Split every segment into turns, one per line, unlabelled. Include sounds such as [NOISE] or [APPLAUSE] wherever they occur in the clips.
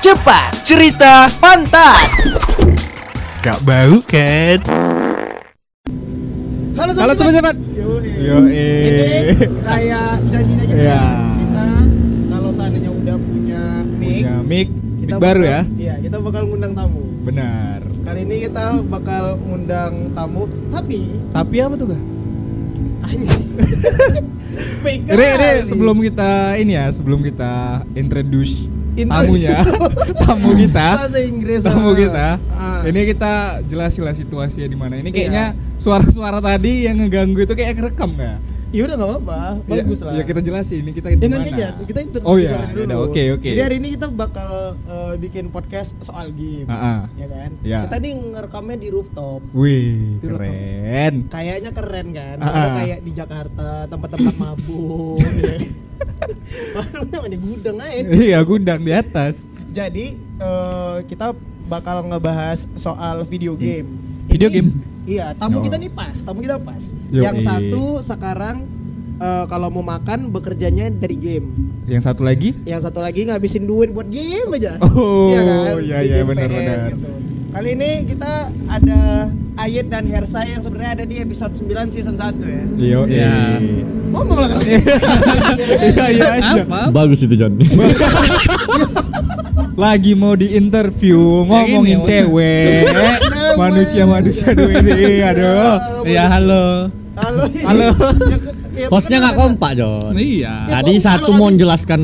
cepat cerita pantat.
Gak bau kan?
Halo
Halo
sobat.
sobat-sobat.
Yoi.
Yo
Ini kayak janjinya gitu
Iya.
Kita kalau seandainya udah punya mic,
Punya mic, mic
kita
Ya, baru
bakal-
ya.
Iya, kita bakal ngundang tamu.
Benar.
Kali ini kita bakal ngundang tamu, tapi
Tapi apa tuh kak?
anjing. Baik
Ini, ini
kali.
sebelum kita ini ya, sebelum kita introduce
Intro- [LAUGHS]
tamunya, tamu kita,
bahasa Inggris
tamu
ah.
kita.
Ah. Iya.
Ini kita jelasin lah situasinya di mana. Ini kayaknya suara-suara tadi yang ngeganggu itu kayak kerekam nggak?
Ya udah nggak apa-apa,
Ya-
bagus lah.
Ya kita jelasin ini kita
Ya,
di mana.
nanti aja kita interview
Oh ya,
suaranya
udah
dulu.
oke oke.
Jadi hari ini kita bakal eh, bikin podcast soal game,
Ah, ah.
ya kan?
Iya.
Kita nih ngerekamnya di rooftop.
Wih,
Turut dong.
keren.
kayaknya keren kan
Ah,
Karena
ah.
kayak di Jakarta tempat-tempat mabuk
[LAUGHS]
ya. Warungnya ada gudang aja
Iya, gudang di atas.
jadi eh, kita bakal ngebahas soal video game
Iya. Video
Ini-
game?
iya
Oh.
tamu kita nih pas tamu kita pas
Yo,
yang
eh.
satu sekarang eh, kalau mau makan bekerjanya dari game
Yang satu lagi?
yang satu lagi ngabisin duit buat game aja kan?
Oh, iya,
Di
iya,
game
benar,
PS
benar.
gitu. kali ini kita ada Ayet dan Hersa yang sebenarnya ada di episode 9 season 1 ya
Iya.
Iya.
ngomong lah kan?
Iya, iya aja.
Apa?
Bagus itu John.
Lagi mau diinterview ngomongin
ini,
cewek. Manusia-manusia dua ini, [LAUGHS] aduh.
Iya halo.
halo
Halo.
[LAUGHS] Ya, ke- ya,
Hostnya nggak
kenapa?
kompak John.
Iya.
Tadi
kompak
satu
lah,
mau
Abi.
menjelaskan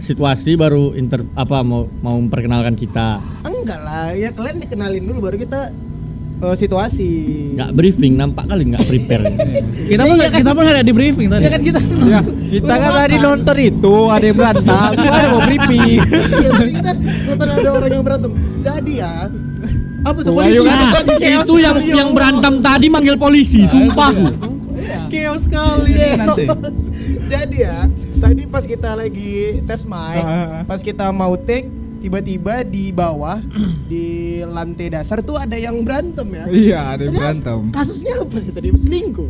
situasi baru inter apa mau mau memperkenalkan kita.
enggak lah ya kalian dikenalin dulu baru kita eh, situasi
Nggak briefing nampak kali nggak
[LAUGHS]
prepare.
Kita pun kita pun ada di briefing tadi.
ya kan kita
Ya, kita kan tadi nonton itu, ada yang berantem, saya mau briefing.
Iya, tadi kita nonton ada orang yang berantem jadi ya apa tuh polisi
ayo,
Iya,
Nah,
kan?
Tadi chaos
itu yang
sekali, ya
yang
Allah.
berantem tadi manggil polisi, sumpah.
iya.
chaos sekali
Iya,
Ini nanti.
jadi ya tadi pas kita lagi tes mic
Ah.
pas kita mau take tiba-tiba di
[CLEARS THROAT]
bawah di lantai dasar tuh ada yang berantem ya
Iya, ada yang
Terus
berantem.
Kasusnya apa sih tadi? Selingkuh.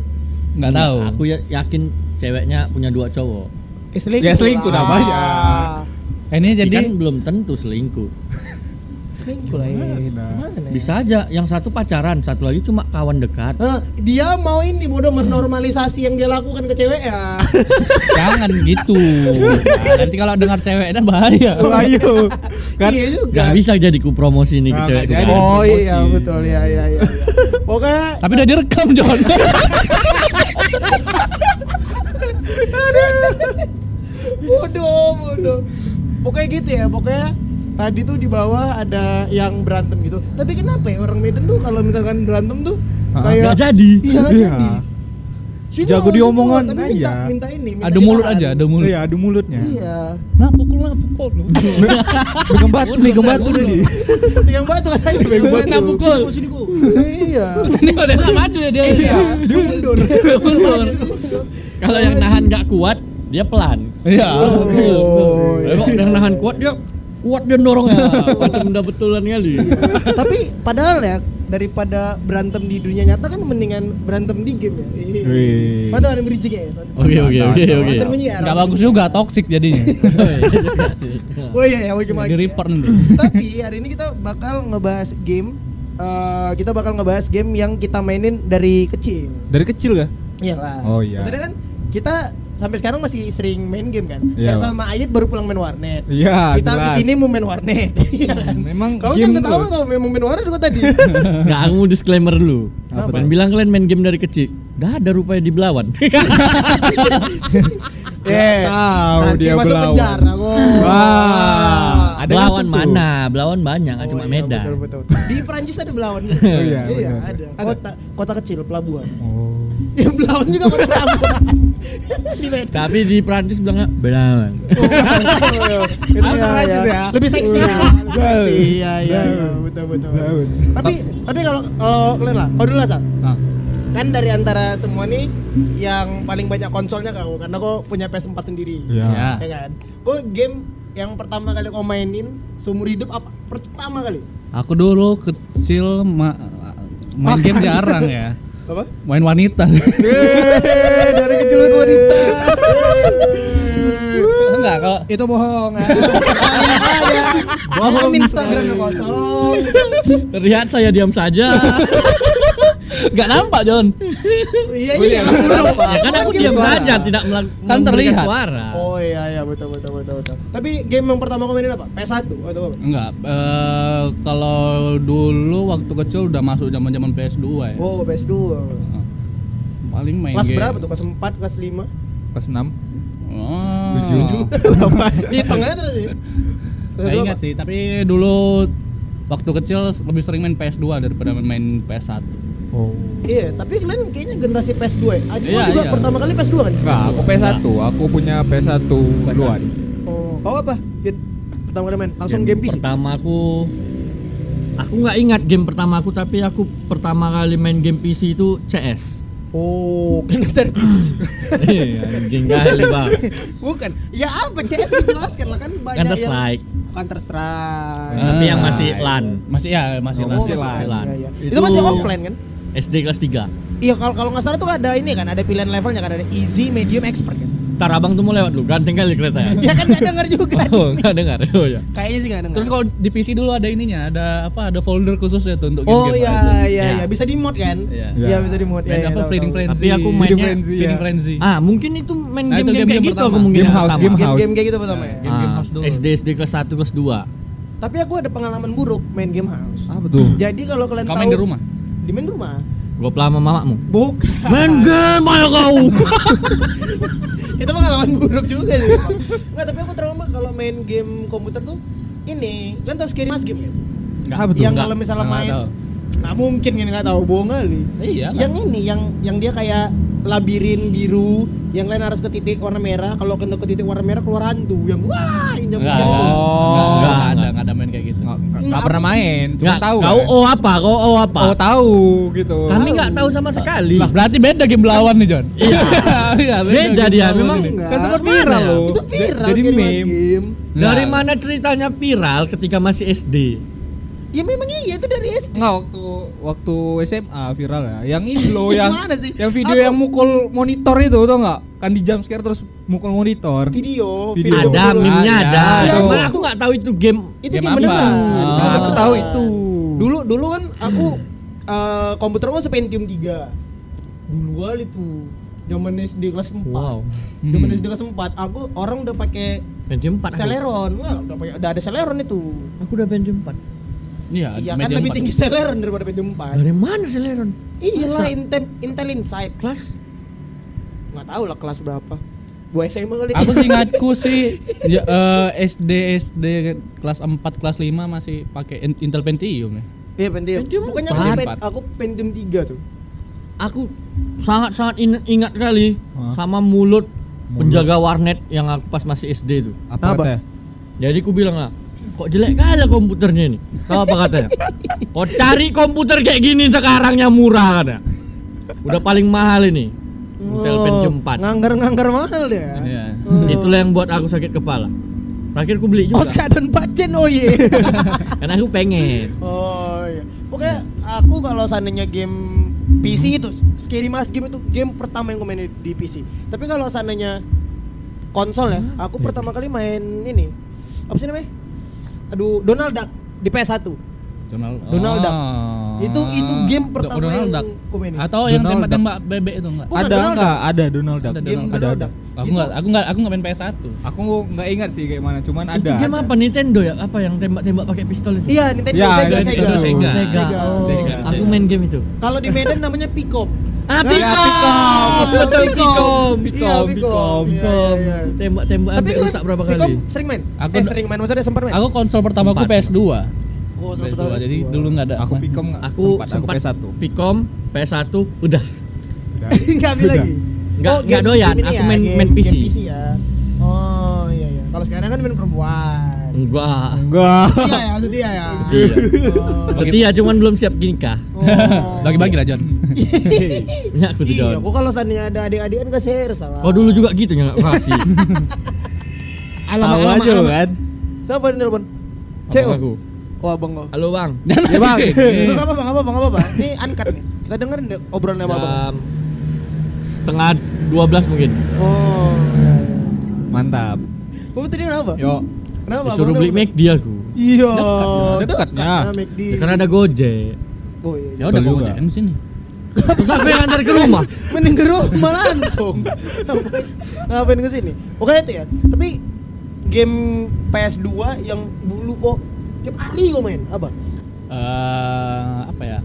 Nggak tahu.
Aku ya- yakin ceweknya punya dua cowok.
selingkuh.
Ya, selingkuh
lah.
namanya.
Ini
Jadi
jadi
Iya.
kan belum tentu selingkuh.
Selingkuh lah. ya.
Nah.
Gimana ya?
Bisa aja yang satu pacaran, satu lagi cuma kawan dekat.
[LAUGHS]
Hah, dia mau ini bodoh menormalisasi yang dia lakukan ke cewek ya.
jangan gitu. Nah, nanti kalau dengar ceweknya bahaya.
Iya,
Oh, ayo. Kan
iya juga.
Gak bisa jadi ku promosi nih ke
Nah,
cewekku.
nggak jadi.
kan.
Oh
Emosi.
iya betul ya iya iya. iya. Pokoknya
Tapi udah direkam
[LAUGHS]
John.
Iya.
bodoh bodoh. Pokoknya gitu ya, pokoknya tadi tuh di bawah ada yang berantem gitu. Tapi kenapa ya orang Medan tuh kalau misalkan berantem tuh
Hah?
Nggak
kayak
jadi.
Iya nggak
Iya.
jadi. Sini
Jago
mau, sini
diomongan
mau, tapi minta,
aja.
minta ini, minta
Ada mulut
ditahan.
aja, ada mulut.
Iya, adu mulutnya.
Iya.
Nah, pukul nah, pukul.
Megang batu, megang batu nih.
Pegang batu katanya pegang
Pukul, nah,
batu.
pukul.
Iya.
Ini udah nggak maju ya dia.
Iya, dia mundur.
Mundur. Kalau yang nahan nggak kuat, dia pelan.
Iya.
Oh,
Eh,
iya.
kok yang nahan kuat dia kuat dia dorongnya. Macam udah betulan kali.
Tapi padahal ya daripada berantem di dunia nyata kan mendingan berantem di game ya. Iya.
Wih.
Mantap ada bridging ya. mantap.
Oke oke oke oke.
Mantap bunyi ya.
Nggak bagus juga toxic jadinya.
Oh iya ya, oke
Di report nanti.
Tapi hari ini kita bakal ngebahas game eh, kita bakal ngebahas game yang kita mainin dari kecil.
Dari kecil ya? gak?
Iya lah.
Oh, iya.
Maksudnya kan kita sampai sekarang masih sering main game kan.
Iya,
Ya sama Ayat baru pulang main warnet.
Iya,
kita
jelas.
habis
[LAUGHS]
ini mau main warnet. Iya kan?
Memang
Kamu kan
game
ketawa
terus.
kalau memang main warnet juga tadi.
[LAUGHS]
[LAUGHS]
Nggak aku mau disclaimer dulu.
Apa
Kan bilang kalian main game dari kecil. Dah ada rupanya di belawan.
Eh, tahu
Nanti
dia
masuk
belawan.
penjara kok.
Wah, ada
belawan
kasus tuh.
mana? Belawan banyak, nggak
Oh,
cuma
iya,
Medan.
Betul, betul. Di Perancis ada belawan.
iya,
iya
benar.
ada. Kota kota kecil pelabuhan. [LAUGHS]
Oh.
Ya belawan juga pada pelabuhan. Di Medan.
Tapi di Prancis bilangnya belawan.
Itu
Iya,
Perancis
iya.
ya.
Lebih seksi.
Iya.
ya. Lebih seksi. Iya, iya, iya,
Daun.
betul, betul.
Daun.
Tapi tapi kalau kalau kalian lah, kau dulu lah, Sam.
Nah,
Kan dari antara semua nih yang paling banyak konsolnya kau karena kau punya PS4 sendiri.
Iya.
Ya.
Ya kan? Kau game yang pertama kali kau mainin seumur hidup apa? Pertama kali.
aku dulu kecil ma- main game jarang ya.
Apa?
Main [LAUGHS] wanita.
Eh, dari kecil udah wanita.
Enggak kalau
Itu bohong. ada, ada, eh. Bohong Instagramnya kosong.
Terlihat saya diam
[LAUGHS]
saja.
Gak nampak John.
Iya iya. bodoh, Pak.
ya kan aku
Kan
diam
gitu,
saja,
Pak.
tidak melak-
Kan
memberikan
terlihat.
suara.
Oh iya iya betul betul betul betul. Tapi game yang pertama kau mainin apa? PS1 atau apa?
Enggak. eh, kalau dulu waktu kecil udah masuk zaman zaman PS2 ya.
Oh PS2.
Paling main
Kelas
game.
berapa tuh? Kelas 4, kelas 5?
Pas 6 Ah.
Oh.
Tujuh.
Di tengahnya terus ya.
Gak ingat sih, tapi dulu waktu kecil lebih sering main PS2 daripada main PS1.
Oh.
Iya, tapi kalian kayaknya generasi PS2 ya? Aku
Iya,
juga
iya.
pertama kali PS2 kan?
Enggak, aku PS1, aku punya PS1 duluan
Oh, kau apa? Jin? Pertama kali main, langsung game, PC?
pertama aku aku nggak ingat game pertama aku tapi aku pertama kali main game PC itu CS
Oh, [LAUGHS] kena service
[LAUGHS] Iya, anjing kali bang [LAUGHS]
[LAUGHS] Bukan, ya apa? CS dijelaskan lah kan banyak
Counter Strike
yang Counter Strike
tapi yang Ah. masih LAN
Masih ya, masih
Oh,
lah.
masih lah.
LAN.
Iya, iya. Itu,
Itu-
masih offline kan?
SD kelas 3
Iya, kalau kalau nggak salah tuh ada ini kan, ada pilihan levelnya kan, ada easy, medium, expert kan?
Tarabang tuh mau lewat lu ganteng kali kereta ya [LAUGHS]
Ya kan nggak denger juga
oh nggak dengar oh ya
Kayaknya sih nggak denger
Terus kalau di PC dulu ada ininya, ada apa? Ada folder
ya
khususnya tuh untuk
Oh
game-game.
iya iya iya bisa di mod kan?
Iya.
Iya bisa di mod.
Dan
iya, iya,
apa
tahu,
Feeding
tahu.
Frenzy.
Tapi aku mainnya-
Frenzy.
ya?
Feeding Frenzy.
ah mungkin itu main
Nah,
game-game
itu game-game
kayak gitu
pertama.
aku mungkin
Game
yang
house,
pertama.
game
Game
house.
game kayak gitu pertama ya.
Game- game house
Ah,
dulu.
SD SD kelas 1 kelas 2
Tapi aku ada pengalaman buruk main game house.
Ah.
Apa tuh?
Jadi kalau kalian
Kau
tahu
main di rumah?
Di main di rumah.
gue pelama mamamu
Bukan.
main game ayo
[LAUGHS]
kau
Itu pengalaman buruk juga sih. Pak. Nggak, tapi aku trauma kalau main game komputer tuh ini kan tau scary mas game kan?
Nggak.
Apa tuh?
yang
nggak.
kalau misalnya
Nggak
main
tahu.
nggak mungkin kan nggak tahu bohong kali.
Iya. kan?
Yang ini yang yang dia kayak labirin biru, yang lain harus ke titik warna merah. Kalau kena ke titik warna merah keluar hantu. Yang wah, yang
Enggak
scary
ada.
tuh.
Enggak,
Oh.
enggak ada, enggak ada main kayak gitu.
Nggak- nggak-
Nggak,
nggak pernah main, cuma
nggak
tahu
kau
kan?
oh apa kau oh apa
Oh tahu gitu
kami nggak tahu sama sekali
Lah, berarti beda game lawan nih, John. [LAUGHS] Iya.
Beda dia,
game
memang- ya.
lawan ini.
Kan sempat viral loh
Itu viral
Jadi
scary mas
meme
game.
Dari
Nah.
mana ceritanya viral ketika masih SD?
Ya memang iya itu dari SD.
Enggak waktu waktu SMA viral ya. Yang ini
[LAUGHS]
loh yang
Gimana sih?
yang video
Aku-
yang mukul monitor itu tau nggak? Kan di jump scare terus mukul monitor.
Video,
Video.
video
Ada,
dulu.
meme-nya
Ada.
ada.
Iya,
Cuman
itu-
aku nggak tahu itu game.
Itu
Game
game
apa?
beneran.
Oh.
Game
Aku tahu itu.
Dulu dulu kan aku eh, komputer aku Pentium 3. Dulu kali tuh. Zaman SD kelas 4.
Wow.
Zaman
Hmm.
SD kelas 4 aku orang udah pakai
Pentium 4. Aku,
Celeron. Wah, udah pakai udah ada Celeron itu.
aku udah Pentium 4.
Iya,
Iya kan
media
lebih
empat.
tinggi Celeron daripada Pentium 4.
Dari mana Celeron?
Iya
Masa?
lah Intel Intel Inside.
Kelas
Nggak tahu lah kelas berapa. Gua SMA kali.
Aku sih ingatku sih ya, eh, SD SD kelas 4 kelas 5 masih pakai In- Intel Pentium ya.
[LAUGHS] Iya Pentium.
Pentium
Bukannya aku, di
empat.
Pen- aku Pentium 3 tuh.
aku sangat-sangat in- ingat kali
Hah?
sama
Mulut.
mulut, penjaga warnet yang aku pas masih SD itu.
Apa, katanya?
Jadi aku bilang lah, kok jelek kali komputernya ini. Tahu apa
[LAUGHS]
katanya? Kau cari komputer kayak gini sekarang yang murah katanya. Udah paling mahal ini.
Oh,
Intel Pentium 4.
Nganggar-nganggar mahal dia.
Iya.
Oh.
Hmm. Itulah yang buat aku sakit kepala. Terakhir aku beli
Oh,
juga.
sekadar pacen oh iya.
Karena aku pengen.
[LAUGHS] oh iya. Pokoknya aku kalau seandainya game PC itu Scary Mask Game itu game pertama yang gue main di PC. Tapi kalau seandainya konsol ya, aku pertama kali main ini. Apa sih namanya? Aduh, Donald Duck di PS1.
Donald, Ah.
Donald Duck.
Ah.
Itu itu game
Do-
pertama
Donald
yang
Duck.
aku mainin.
Atau yang
Donald
tembak-tembak bebek itu enggak?
Bukan,
ada
Donald
enggak? Ada Donald Duck.
Ada
game
ada,
Donald
Donald
ada.
Duck.
Aku
Itu-
enggak aku enggak aku enggak main PS1.
Aku nggak ingat sih kayak mana, cuman ada.
Itu game
ada.
apa Nintendo ya? Apa yang tembak-tembak pakai pistol itu?
Iya, Nintendo
Ya,
Sega,
Nintendo
Sega.
Sega.
Sega.
Sega.
Oh,
Sega.
Aku main game itu.
Kalau di Medan namanya Pikom.
Ah,
Ya,
Pikom. Betul
Iya,
Pikom.
Pikom, Pikom.
Iya,
Pikom.
iya, iya.
Tembak-tembak
Tapi
sampai
kalian
rusak berapa
Pikom
kali?
sering main?
Aku
eh,
d-
sering main, maksudnya sempat main?
Aku konsol pertamaku
Empat.
PS2.
Oh,
PS2.
sempat tahu
Jadi
PS2.
dulu enggak ada.
Aku pikom nggak?
Aku sempat,
Nah, aku
Oh.
PS1.
Pikom, PS1 udah.
[LAUGHS] Nggak ambil lagi? Oh,
Nggak-
game-
nggak doyan,
game ini ya,
aku main- main
game-
PC.
game PC ya? Oh iya iya Kalau sekarang kan main perempuan
[LAUGHS] Enggak.
Enggak.
[LAUGHS] Iya ya, setia ya
[LAUGHS] Iya.
Oh.
Setia cuman belum siap nikah.
Oh.
Bagi-bagi lah John.
Punya aku
Iya,
tiga.
aku kalau seandainya ada adik-adik kan gak share salah
Kau dulu juga gitu ya enggak kasih.
[LAUGHS] Tahu aja kan.
Siapa yang nelpon?
Abang
CO?
aku.
Oh abang
[LAUGHS]
kau
Halo,
[LAUGHS]
Bang.
Ya bang.
Gak apa-apa, gak apa-apa, nggak apa-apa Ini uncut nih Kita dengerin deh obrolan sama abang
Jam [LAUGHS] setengah 12 mungkin.
Oh iya, iya.
Mantap.
Kamu tadi kenapa?
Yuk.
Kenapa?
Ya, Disuruh
Abang
beli
kenapa?
McD aku.
Iya.
Ada dekatnya.
Nah, McD.
Ya, karena ada Gojek.
Oh, iya.
Ya
Betul
udah gua
juga.
Gojek MC nih. Terus aku yang antar ke [LAUGHS] rumah.
Mending ke rumah langsung. Ngapain- Ngapain ke sini? Oke itu ya. Tapi game PS2 yang dulu kok tiap hari kok main apa?
Eh, apa ya?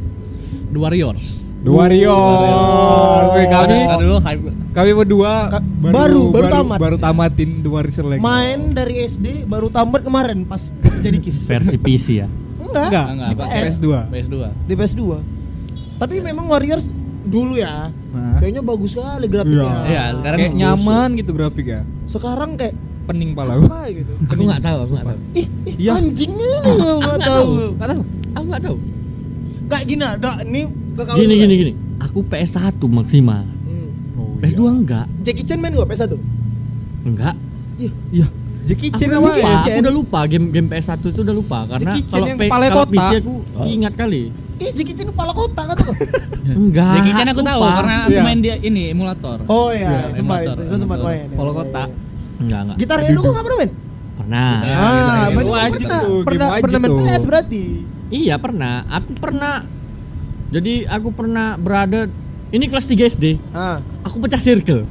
The Warriors.
The Warrior. Weh, Oh, kami
Ntar dulu hype.
kami berdua
Ka- baru, baru tamat.
baru tamatin The Warrior lagi.
Main dari SD baru tamat kemarin pas jadi kis.
Versi PC ya.
Enggak.
Enggak,
Enggak,
di
Pak.
PS2.
PS2.
Di PS2. Tapi memang Warriors dulu ya.
Nah.
Kayaknya bagus sekali grafiknya.
Iya, sekarang
Kayak nyaman gitu grafiknya.
Sekarang kayak
Pening pala gua.
apa gitu.
Aku nggak tahu, aku nggak tahu.
Ih, ih
Iya.
anjingnya lu enggak tahu.
Nggak tahu. Aku nggak tahu.
Kayak gini ada nih ke kawan
Gini
gue.
gini gini. Aku PS1 maksimal.
Hmm.
Oh
PS2 enggak.
Jackie Chan main gua PS1.
Enggak.
Iya. Jackie
Aku
Chan
udah
apa?
lupa, aku udah lupa game game PS1 itu udah lupa karena
Jackie Chan
kalau
yang
P-
kepala Oh.
kalau
kotak.
PC aku ingat kali.
Ih, Jackie Chan kepala kota kan tuh.
Enggak.
Ya,
Jackie Chan aku tahu
lupa.
karena aku
Iya.
main dia ini emulator.
Oh iya,
Iya,
sempat
emulator,
itu sempat
emulator.
main. iya.
Kepala kota.
enggak enggak.
Gitar Hero kok enggak pernah main?
Pernah.
Iya.
Ah,
Gitar Hero.
berarti
Wajib
kok pernah
tuh, game
pernah
wajib
pernah main
tuh.
PS berarti.
Iya, pernah. Aku pernah. Jadi aku pernah berada ini kelas 3 SD.
Ah.
Aku pecah circle.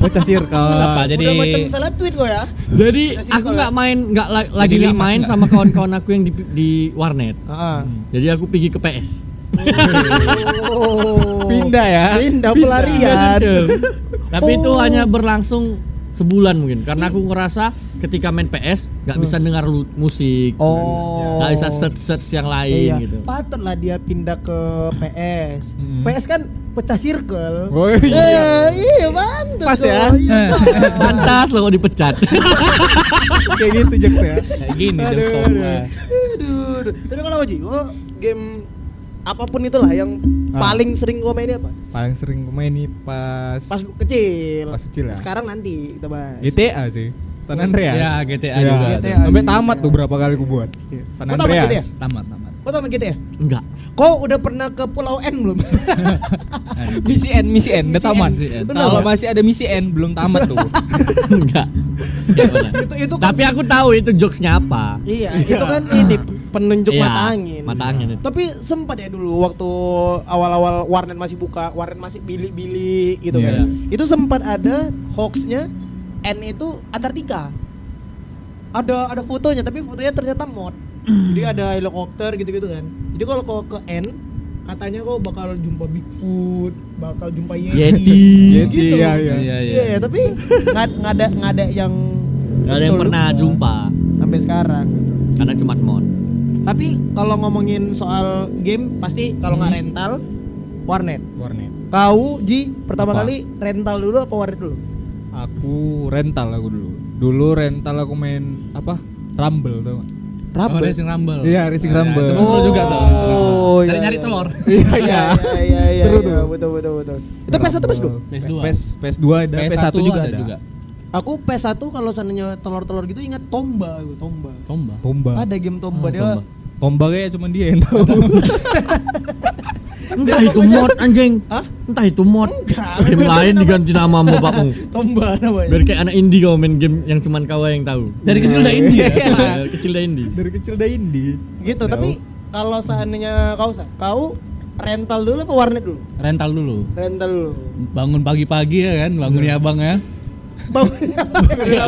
Bocah circle.
Apa jadi
Udah macam seleb tweet gua ya.
Jadi
Pecah
aku
circle.
ya?
nggak main nggak la- lagi nggak
limas
main
nggak?
sama kawan-kawan aku yang di, di warnet.
Heeh.
Jadi aku pergi ke PS.
Oh.
Pindah ya.
Pindah pelarian.
Tapi itu
Oh.
hanya berlangsung sebulan mungkin karena aku ngerasa ketika main PS nggak bisa dengar lu- musik,
Oh.
nggak bisa search search yang lain
Iya,
gitu.
patutlah dia pindah ke PS.
Mm.
PS kan pecah circle.
Oh
Eh,
iya.
iya,
Pas
mantap. dong.
ya?
Iya, pas.
Pantas lo kok dipecat.
[LAUGHS] Kayak gitu Jacks ya.
kayak gini
Aduh,
deh
aduh.
Aduh, aduh. Tapi kalau Oji, lo game apapun itulah yang
Ah.
paling sering gua mainin apa?
Paling sering main nih pas
Pas lu kecil.
Pas kecil ya?
Sekarang nanti kita bahas.
GTA sih. San Andreas.
Ya, GTA
Iya.
juga.
GTA.
tuh.
Sampai tamat tuh berapa kali gue buat. San
Gua tamat gitu ya?
Andreas.
Tamat, tamat.
Kau tau main GTA?
Enggak.
Kau udah pernah ke Pulau N belum? [LAUGHS]
Aduh.
Misi N, misi N, udah tamat.
misi N.
Benar.
Kalau masih ada misi N belum tamat tuh.
Enggak. [LAUGHS] Nggak pernah.
itu itu kan-
Tapi aku tahu itu jokesnya apa.
Iya, itu kan ini penunjuk
Iya,
mata angin.
Mata angin itu.
Tapi sempat ya dulu waktu awal-awal warnet masih buka, warnet masih bili-bili gitu
Iya.
kan. Itu sempat ada hoaxnya N itu Antartika. Ada ada fotonya tapi fotonya ternyata mod. Jadi ada helikopter gitu-gitu kan. Jadi kalau kau ke N katanya kau bakal jumpa Bigfoot, bakal jumpa
Yeti.
Yeti gitu.
Iya,
Iya,
iya.
iya, tapi nggak nggak ada nggak ada yang
Nggak ada yang
betul
pernah
juga
jumpa
sampai sekarang. gitu.
karena cuma mod.
Tapi kalau ngomongin soal game pasti kalau
Hmm.
nggak rental warnet.
Warnet.
Kau Ji pertama
Apa?
kali rental dulu apa warnet dulu?
Aku rental aku dulu. Dulu rental aku main apa? Rumble tau gak?
Oh, Racing Rumble.
Iya, Racing Rumble.
itu seru juga tuh.
Oh, iya,
nyari
iya.
telur.
[LAUGHS]
Iya,
Iya iya iya.
Seru
iya,
tuh.
Betul betul betul. Itu PS1 PS2.
PS2.
PS, PS2 ada, PS1, juga ada.
Aku PS1 kalau seandainya telur-telur gitu ingat Tomba, aku, Tomba.
Tomba. Ah,
Tomba.
Ada game Tomba dia.
Tomba.
Tomba kayaknya cuma dia yang tahu.
Entah itu mod anjing.
Hah?
Entah itu mod.
Enggak.
[LAUGHS] Game lain diganti nama sama bapakmu.
Tomba [LAUGHS] namanya.
Biar kayak anak indie kau main game yang cuman kau yang tahu.
Dari kecil udah indie ya?
Dari [LAUGHS] kecil udah indie.
[LAUGHS] Dari kecil udah indie.
gitu, tapi kalau seandainya kau Sa, kau rental dulu apa warnet dulu?
Rental dulu.
Rental dulu.
Bangun pagi-pagi ya kan, bangunnya abang ya.
Iya,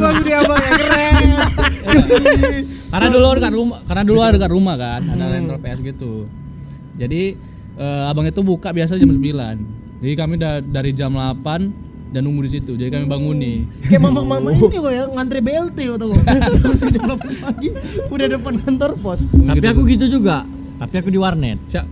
bang dia abang ya keren.
Karena dulu
Iya.
dekat rumah, karena dulu ada dekat rumah kan, ada
Hmm.
rental PS gitu. Jadi eh, abang itu buka biasa jam 9. Jadi kami da- dari jam 8 dan nunggu di situ. Jadi kami banguni.
Kayak mama-mama ini kok ya ngantri BLT kok [LAUGHS] tuh. Jam 8 pagi udah depan kantor pos.
Tapi aku gitu juga. Tapi aku di warnet. Ah,
Siap.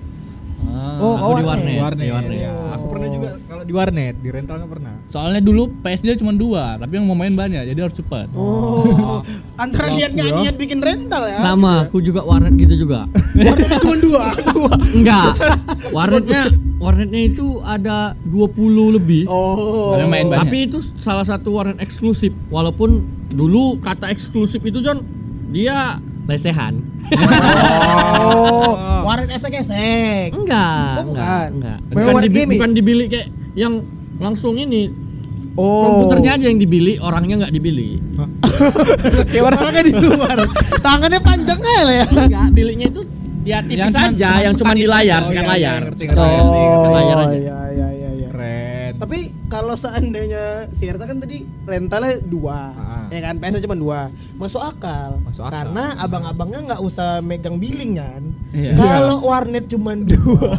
Oh,
aku
warnet.
di warnet.
Warnet.
Di warnet.
ya. Aku pernah juga kalau di warnet, di rental nggak pernah.
Iya. Soalnya dulu PS dia cuma dua, tapi yang mau main banyak, jadi harus cepat.
Oh. Antara niat nggak niat bikin rental ya.
Sama, aku juga warnet gitu
[LAUGHS]
juga.
Warnetnya cuma [LAUGHS] dua.
Enggak. Warnetnya warnetnya itu ada 20 lebih.
Oh.
Tapi main banyak.
Tapi itu salah satu warnet eksklusif. Walaupun dulu kata eksklusif itu John dia lesehan.
Oh. Warnet esek-esek.
Enggak.
Oh, bukan.
Enggak.
Memang
Bukan
warnet
di,
gaming?
bukan dibeli kayak yang langsung ini
Oh.
komputernya aja yang dibeli, orangnya nggak dibeli.
Orangnya di luar. Tangannya panjang kali ya.
Enggak, biliknya itu ya tipis
cuman-
aja,
cuman
yang cuma di
sekat itu.
layar,
Oh,
sekat
iya, iya,
layar.
ngerti,
Sekat
ngerti,
layar, sekat layar aja.
Oh, iya iya iya iya.
Keren.
Tapi kalau seandainya si Ersa kan tadi rentalnya dua,
Ah.
ya kan PS-nya cuma dua, masuk akal.
Masuk akal.
Karena abang-abangnya nggak usah megang billing kan.
Iya.
Kalau warnet cuma dua,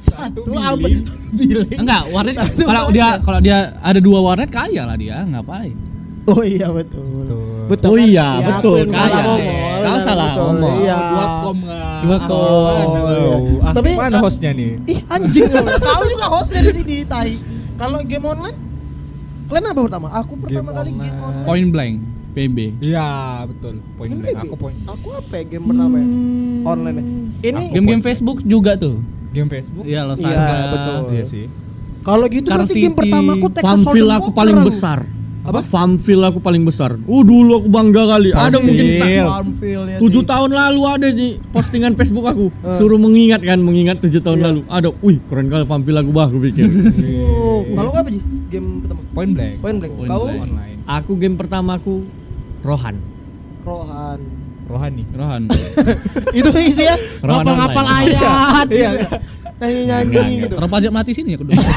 satu abang billing.
Enggak,
[LAUGHS]
warnet kalau dia kalau dia ada dua warnet kaya lah dia, ngapain?
Oh iya betul.
Betul.
Betul.
Oh iya,
Ya,
betul.
aku yang salah
Kaya.
ngomong.
Kau
Benar,
salah
betul.
ngomong.
Iya.
Dua kom nggak?
Dua
Ah,
kom.
aduh.
Iya.
Ah,
Tapi,
mana
ah,
hostnya nih?
Ih anjing lu, tahu juga hostnya di sini tai. Kalau game online kalian apa pertama? Aku pertama
Game
kali game
online.
online.
Point blank, PB.
Iya, betul. Poin
Ini
blank.
game-
Aku poin.
Aku apa ya game pertama ya?
Hmm.
Online ya. Ini
Aku-
Game-game Facebook juga tuh.
Game Facebook.
Iya, Los
Iya,
Angeles.
betul.
Iya sih.
kalau gitu
Car
berarti game
City,
pertamaku Texas
Famfil
Hold'em
aku
Poker
paling
aku.
besar.
Apa?
Famfil aku paling besar. Uh dulu aku bangga kali. Ada mungkin tak-
Famfil.
Famfil ya.
tujuh
sih.
tahun lalu ada di postingan
[LAUGHS]
Facebook aku.
Eh.
Suruh mengingat kan, mengingat tujuh
Iya.
tahun lalu. Ada, wih keren kali Famfil aku bah aku
[LAUGHS]
pikir.
Oh, Kalau nggak apa sih game pertama?
Poin blank.
Point Blank.
Point
Kau
Blank.
online.
aku game pertamaku Rohan.
Rohan. [LAUGHS]
Rohani.
[LAUGHS]
Rohan.
Itu isi ya.
Rohan
Ngapal-ngapal
online.
ayat. Iya. Nyanyi-nyanyi gitu.
Terpajak mati
ya,
sini aku dulu.
[LAUGHS]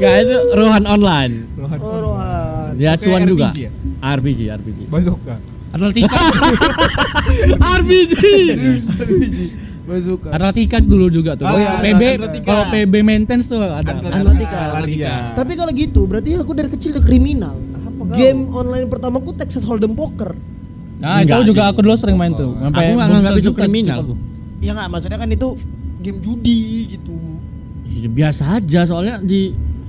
Gak itu Rohan online.
Rohani.
Oh, Rohan.
Ya
Itu
cuan
kayak
juga.
RPG ya?
RPG, RPG.
Bazooka.
[LAUGHS]
Atletika.
RPG.
Bazooka.
Atletika dulu juga tuh.
Oh iya,
PB
Atletika.
kalau PB maintenance tuh ada.
Atletika.
Atletika.
Tapi kalau gitu berarti aku dari kecil udah kriminal. Game online pertamaku Texas Hold'em Poker.
Nah, itu
Enggak
juga
sih. Oh,
aku dulu sering main tuh.
Aku
Sampai
nggak
booster
nganggap itu
juga
kriminal.
cukup aku.
Ya nggak, maksudnya kan itu game judi gitu.
Ya, biasa aja soalnya di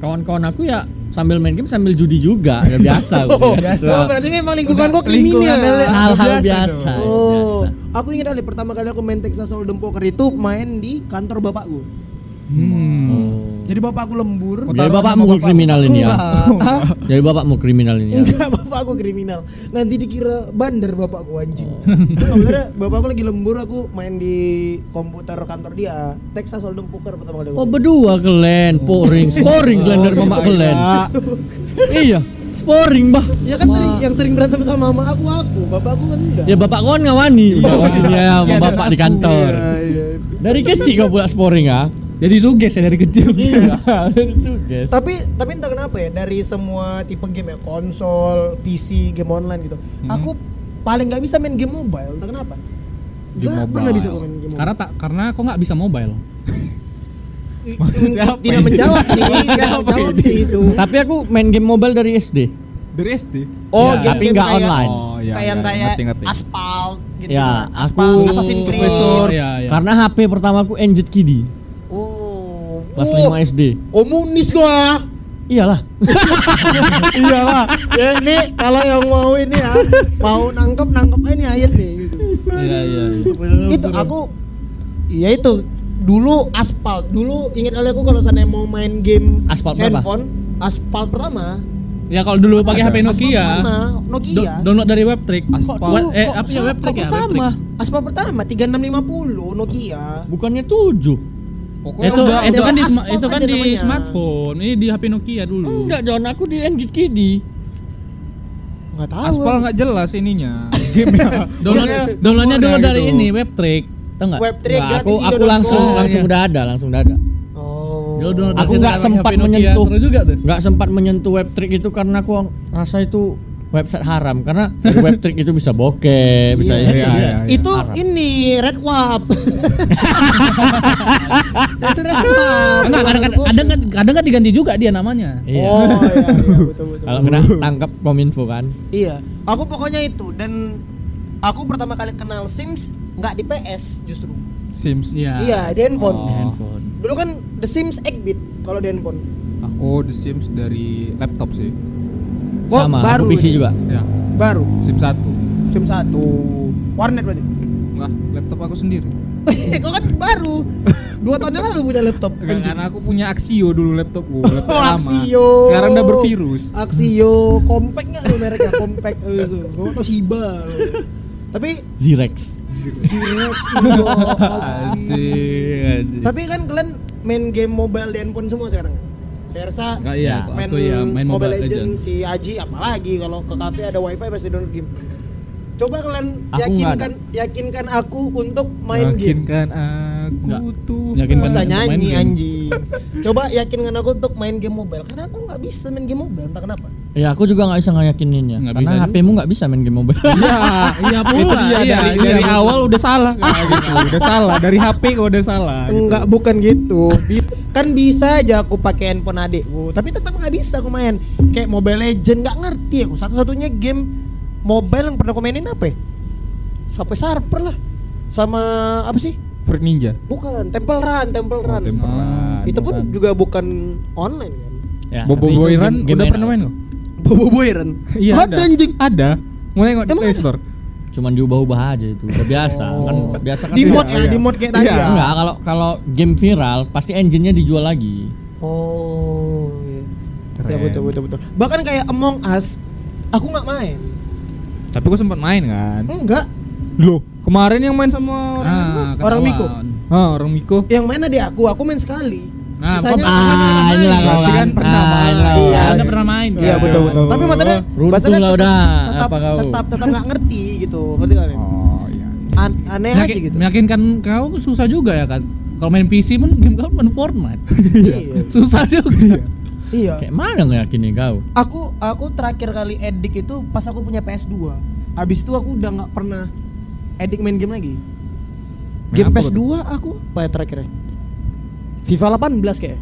kawan-kawan aku ya sambil main game sambil judi juga ya
[LAUGHS]
biasa gua
Oh,
lihat.
biasa.
oh, berarti memang lingkungan gua
Lingkungannya-
kriminal.
hal-hal
Biasa
biasa,
dong.
Oh,
biasa.
aku ingat kali pertama kali aku main Texas Hold'em Poker itu main di kantor bapakku.
Hmm.
Oh.
Jadi bapakku lembur.
Jadi bapakmu kriminal ini ya. Jadi bapakmu kriminal ini
[LAUGHS]
ya.
Enggak, bapak aku kriminal. Nanti dikira bandar bapak aku anjing. Enggak, bapak aku lagi lembur aku main di komputer kantor dia. Texas Hold'em Poker pertama kali. aku
Oh
main.
berdua kalian, poring, sporing kalian dari mama kalian.
[LAUGHS]
Iya, sporing bah.
ya kan sering, yang sering berantem sama mama aku aku, bapak aku kan enggak.
Ya bapak kawan
Iya,
ngawani udah kesini ya sama bapak di kantor.
iya.
Dari kecil kau pula sporing ah.
Jadi suges ya dari kecil. [LAUGHS]
Iya, dari suges.
Tapi tapi entah kenapa ya dari semua tipe game ya, konsol, PC, game online gitu. Aku paling nggak bisa main game mobile, entah kenapa.
Game
Nggak pernah
mobile.
bisa aku main game mobile.
Karena
[LAUGHS]
tak karena kok nggak bisa mobile.
I-
Maksudnya apa
tidak
ini?
menjawab sih, tidak menjawab sih itu.
Tapi aku main game mobile dari SD.
Dari SD.
Oh,
Ya, tapi
game-game
nggak
kayak-
online.
Oh, iya,
kayak
iya,
kayak
ngerti, ngerti.
aspal gitu.
Ya,
aspal,
aku
Assassin's Creed.
profesor
Iya, iya.
karena HP pertamaku Enjet Kiddy
Oh.
pas
oh,
5 SD.
Komunis gua.
Iyalah.
Iyalah. ya ini kalau yang mau ini ya, mau nangkep nangkep aja nih ayat nih gitu.
Iya iya.
itu aku ya itu dulu aspal dulu ingat oleh aku kalau sana mau main game
Aspal berapa?
handphone aspal pertama
Ya kalau dulu pakai
Ada.
HP
Iya.
Nokia,
aspal pertama Iya.
do-
Nokia
download dari Webtrick.
Aspal.
Web- eh
Kok-
apa sih
kok
Webtrick ya?
pertama?
Webtrick.
aspal pertama 3650 Nokia
Bukannya 7.
Pokoknya
Itu
udah-
itu
udah
kan di
aspal
sma- itu kan
ada
di
namanya.
smartphone. Ini di HP Nokia dulu.
Enggak, John, aku di Enjet Kiddy.
nggak tahu
aspal nggak jelas ininya. Game-nya.
Download
Pokoknya
downloadnya dulu
gitu.
dari ini Webtrick. Tahu enggak?
Webtrick
Nah,
gratis
aku
di
aku
download
langsung
semua.
langsung
iya.
udah ada, langsung udah ada.
oh
Dulu download
Aku
dari
nggak
HP
sempat
Nokia.
menyentuh.
Seru juga tuh.
Nggak sempat menyentuh webtrick itu karena aku rasa itu website haram karena dari webtrick itu bisa bokeh,
Iya,
bisa ini,
iya,
ini.
iya.
itu
Arab.
ini red wap itu red wap
Enggak, kadang kadang kadang kan- kadang kan diganti juga dia namanya.
Iya.
oh iya, iya betul betul
Kalau kena tangkap kominfo kan.
Iya, aku pokoknya itu dan aku pertama kali kenal Sims nggak di PS justru.
Sims.
Iya.
Iya, di handphone.
Ah. Oh.
Handphone.
Dulu kan The Sims 8-bit kalau di handphone.
Aku The Sims dari laptop sih.
Oh,
Sama,
baru
aku PC
ini.
juga.
Ya,
Baru
Sim 1.
Sims 1. Warnet berarti. [LAUGHS]
Lah, laptop aku sendiri.
Kau kan baru. Dua tahun yang lalu punya laptop.
Enggak,
anjing.
Kan karena aku punya Axio dulu laptop gua, laptop
[LAUGHS] Oh,
lama.
Axio.
Sekarang udah bervirus.
Axio, compact nggak tuh mereknya? Compact eh, itu. Kau tau Shiba. lu. Tapi
Zirex.
Xerox, Indo, Oki.
Anjing, anjing.
Tapi kan kalian main game mobile di handphone semua sekarang. kan? Versa
Enggak, iya,
Ya.
aku ya main Mobile, Legends.
si Aji apalagi kalau ke kafe ada wifi pasti download game coba kalian
Aku
yakinkan yakinkan aku untuk main game
Yakinkan aku
Nggak.
tuh.
Yakin
[LAUGHS]
bisa
Untuk main
nyanyi
game.
anjing coba yakinkan aku untuk main game mobile karena aku nggak bisa main game mobile entah kenapa
Ya aku juga nggak bisa ngeyakinin ya,
Nggak
karena
bisa
HPmu nggak bisa main game mobile. [LAUGHS]
Iya,
Ah,
iya pula.
Itu dia
iya,
dari,
iya,
dari
betul.
awal udah salah kayak gitu. Udah salah dari HP kok udah salah. gitu.
Enggak, bukan gitu. Bis- kan bisa aja aku pakai handphone adikku, tapi tetap nggak bisa aku main. Kayak Mobile Legend nggak ngerti aku. Satu-satunya game mobile yang pernah aku mainin apa? ya? Sampai Sarper lah. Sama apa sih?
Fruit Ninja.
Bukan, Temple Run, Temple
Oh,
Run.
Temple
Ah,
Run.
itu pun
bukan.
juga bukan online kan.
ya,
Bobo
tapi itu
Boy
game-
Run
game
udah
enak.
pernah main lo?
Bobo Boy Run. ada anjing.
Iya, Ada. Mau nengok di
Emang
Play
ada?
Store.
Cuman diubah-ubah aja itu, udah biasa
Oh.
kan, biasa kan.
Di
beda.
mod
iya,
ya,
iya.
di mod kayak tadi.
Iya.
ya.
Enggak, kalau kalau game viral pasti engine-nya dijual lagi.
Oh. Iya. Ya
Keren.
betul betul betul. Bahkan kayak Among Us aku nggak main.
Tapi gua sempat main kan.
Enggak,
Loh, kemarin yang main sama orang itu.
Ah,
Orang Miko.
ketahuan.
Ah, orang Miko.
yang main adik aku, aku main sekali.
Nah,
Sisanya
kok-
Ah, inilah
Berarti
kau
kan
kan.
pernah
Ah,
main.
inilah kau
Iya,
kan.
Anda pernah main kan?
Iya betul betul.
Oh.
Tapi maksudnya
Runtuh
maksudnya
lah
tetap-
udah,
tetap,
apa kau?
tetap tetap nggak ngerti gitu. Ngerti kan?
Oh, iya.
An- aneh aja
Meyakin-
gitu.
Meyakinkan kau susah juga ya kan. Kalau main PC pun game kau main Fortnite.
Iya.
susah juga.
Iya.
Kayak mana ngeyakinin kau?
Aku aku terakhir kali edik itu pas aku punya PS2. Habis itu aku udah nggak pernah edik main game lagi. Game
apa
PS2 aku apa ya terakhirnya? FIFA 18 kayak.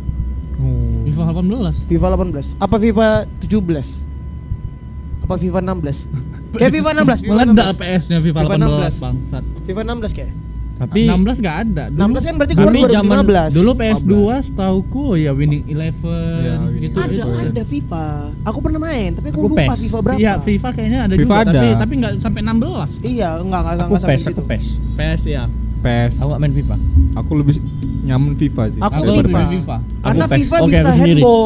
Oh.
Hmm.
FIFA 18.
FIFA 18. Apa FIFA 17? Apa FIFA 16? Kayak FIFA 16, FIFA
Meledak
16.
PS-nya FIFA
FIFA
18 bangsat.
FIFA 16 kayak.
Tapi
16 enggak ada.
16 kan berarti keluar
Tapi zaman
2015.
Dulu PS2 setauku ya Winning Eleven
Ya, Winning
gitu.
ada
gitu.
ada FIFA. Aku pernah main, tapi aku,
Iya, Aku
lupa
PES.
FIFA berapa.
Iya, FIFA kayaknya ada
FIFA
juga
ada.
tapi tapi enggak sampai 16.
Iya, enggak enggak enggak
aku
sampai
pes, aku
gitu.
pes.
PS
iya.
ya.
PES.
Aku nggak main FIFA.
Aku lebih nyaman FIFA sih.
Aku
daripada
FIFA.
PES.
FIFA.
Karena
Aku PES.
FIFA
Oke,
bisa
aku sendiri.
handball.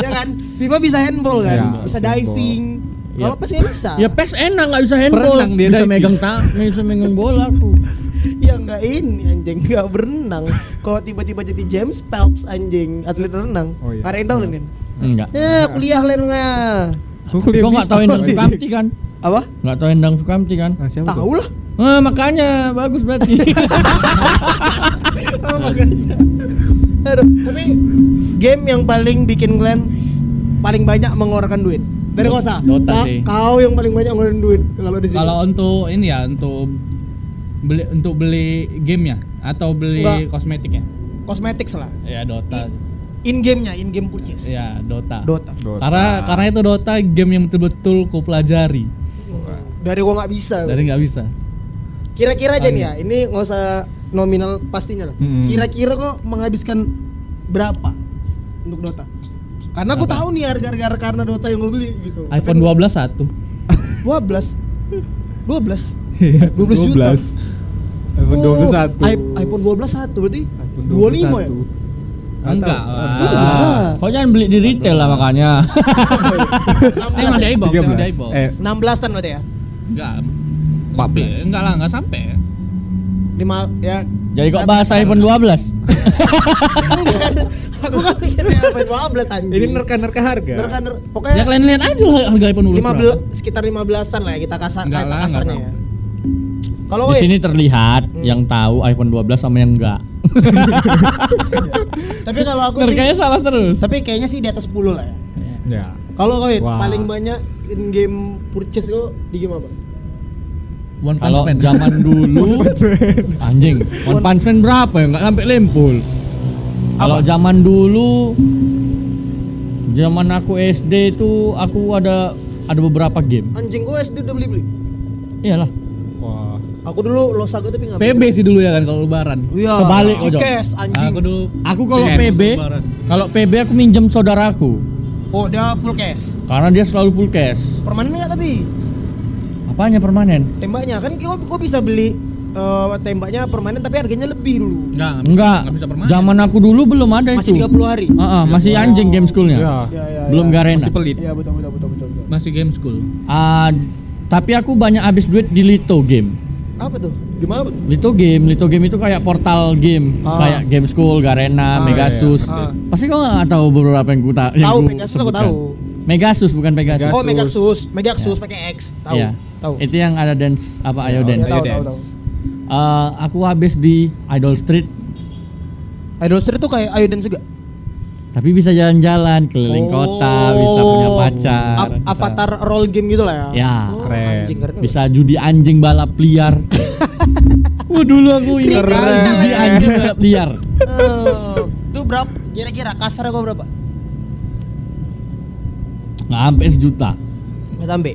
ya kan? FIFA bisa handball kan?
Iya,
bisa
handball.
diving.
Iya.
Kalau PES nggak bisa.
Ya pes enak nggak bisa handball,
Berenang dia
bisa
diving.
megang tak, bisa megang bola aku.
Ya enggak ini anjing, enggak berenang. Kalau tiba-tiba jadi James Phelps anjing, atlet renang.
Oh, iya.
Ada yang tahu Len?
Enggak.
Ya, kuliah Len. nah.
Aku
Tapi
kuliah
kau nggak tahu
bisnis.
Endang Sukamti kan?
Apa?
Nggak tahu Endang Sukamti kan?
Nah, siapa
Tahu
tuh?
lah.
Eh, makanya bagus
[LAUGHS]
berarti.
Oh, makanya. Aduh, tapi game yang paling bikin kalian paling banyak mengeluarkan duit. Dari
Dota-
kosa.
Dota
Kau-
sih.
Kau yang paling banyak ngeluarin duit kalau di sini.
Kalau untuk ini ya untuk beli untuk beli game ya atau beli
Enggak.
kosmetik ya?
kosmetik lah.
Ya Dota.
In game-nya, in game purchase.
Ya Dota.
Dota.
Dota.
Karena karena itu Dota game yang betul-betul ku pelajari
Dari gua nggak bisa.
dari nggak bisa.
Kira-kira aja nih ya, ini nggak usah nominal pastinya lah.
Mm-mm.
Kira-kira kok menghabiskan berapa untuk Dota? Karena aku tahu nih harga-harga karena Dota yang gue beli gitu.
iPhone 12 satu.
12. 12.
Iya,
12 juta. Oh,
12. iPhone 12 satu.
i- iPhone 12 satu berarti
iPhone
25 ya?
21. Nggak
Enggak Ah.
tahu.
lah.
Enggak lah.
Kau jangan beli di retail lah makanya.
[LAUGHS]
[LAUGHS]
Emang ada iBox, emang ada
13.
iBox.
Eh,
16-an berarti ya?
Enggak.
14.
Enggak Eh, lah, enggak sampai.
5 ya.
Jadi kok bahas iPhone 12?
Bukan. aku kan mikirnya iPhone 12 anjing.
ini nerka-nerka harga.
Bener kan? Ner?
Ya
Pokoknya
kalian lihat aja lah harga iPhone 12.
lima
berapa.
sekitar 15-an lah ya kita kasar
Enggak
kata
lah, enggak
kasarnya ya. Kalau
Di
Wei,
sini terlihat yang tahu iPhone 12 sama yang enggak.
tapi kalau aku sih
Harganya salah terus.
tapi kayaknya sih di atas 10 lah ya.
Ya.
Kalau kau Wei,
Wah.
paling banyak in game purchase kau di game apa?
One Punch
Kalau
Man. [LAUGHS]
zaman dulu anjing, One Punch Man berapa ya? Enggak sampai lempul. Kalau zaman dulu zaman aku SD itu aku ada ada beberapa game.
Anjing gua SD udah beli-beli.
Iyalah,
Wah.
Aku dulu Los Saga tapi enggak.
PB sih dulu ya kan kalau lebaran.
Iya.
Kebalik kau, Jok.
Cikes anjing.
Aku dulu
aku kalau
Yes.
PB,
Lebaran.
kalau PB aku minjem saudaraku
Oh, dia full cash.
karena dia selalu full cash.
Permanen nggak tapi?
Apanya permanen?
Tembaknya kan kau, kau bisa beli eh, tembaknya permanen tapi harganya lebih dulu.
enggak
Enggak.
Enggak bisa permanen. Iya.
Zaman aku dulu belum ada
Masih
itu.
30 hari.
Ah, ah, masih anjing game schoolnya.
Ya.
Ya, ya,
Ah, Belum
ya.
garena.
Masih pelit.
Iya, betul betul betul betul. betul.
masih game school.
Ah, tapi aku banyak habis duit di Lito game.
Apa tuh? Gimana? tuh?
Lito Game, Lito Game itu kayak portal game,
Ah.
kayak Game School, Garena,
Ah,
Megasus.
iya, iya. Ah.
Pasti kau nggak tahu beberapa yang ku ta- yang
Tahu
ku
Pegasus aku
sebutkan.
tahu.
Megasus bukan Pegasus.
Oh,
Pegasus.
Megasus, Megasus pakai X. Tahu.
Iya.
Tahu.
Itu yang ada dance apa Ayo
Iya,
Dance.
tahu, tahu, tahu.
Dance.
Eh, aku habis di Idol Street,
Idol Street tuh kayak Ayo Dance juga.
tapi bisa jalan-jalan keliling kota, bisa punya
Oh.
pacar.
Ap-
bisa-
Avatar role game gitu lah ya.
Ya,
Oh,
keren.
Anjing keren.
Bisa judi anjing balap
[LAUGHS]
liar. Wah dulu aku ini
Keren.
judi anjing balap liar.
Oh, Itu berapa? Kira-kira kasarnya gua berapa?
Nggak sampai sejuta.
Nggak sampai.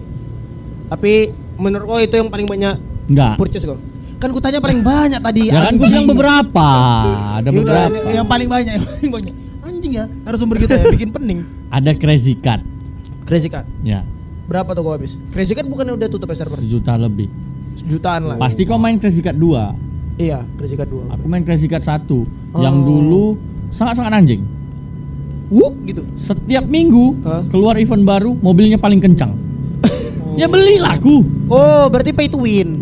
Tapi menurut gua itu yang paling banyak
Enggak.
purchase gua. Kan ku tanya paling banyak tadi.
Ah. Ya kan gue
anjing.
bilang beberapa, ada
Ya udah,
beberapa.
yang paling banyak, [LAUGHS] yang paling banyak. Anjing ya, harus sumber
[LAUGHS]
gitu ya, bikin pening.
Ada Crazy Cat,
Crazy Cat.
ya
Berapa tuh gua habis? Crazy Cat bukannya udah tutup ya server?
sejuta lebih.
Jutaan lah.
Pasti kau main Crazy Cat 2
Iya, Crazy Cat 2.
Aku main Crazy Cat 1 Yang
Oh.
dulu sangat-sangat anjing
Wuh, gitu.
Setiap minggu
Hah?
keluar event baru mobilnya paling
[LAUGHS]
kencang Ya belilah aku
Oh, berarti pay to win.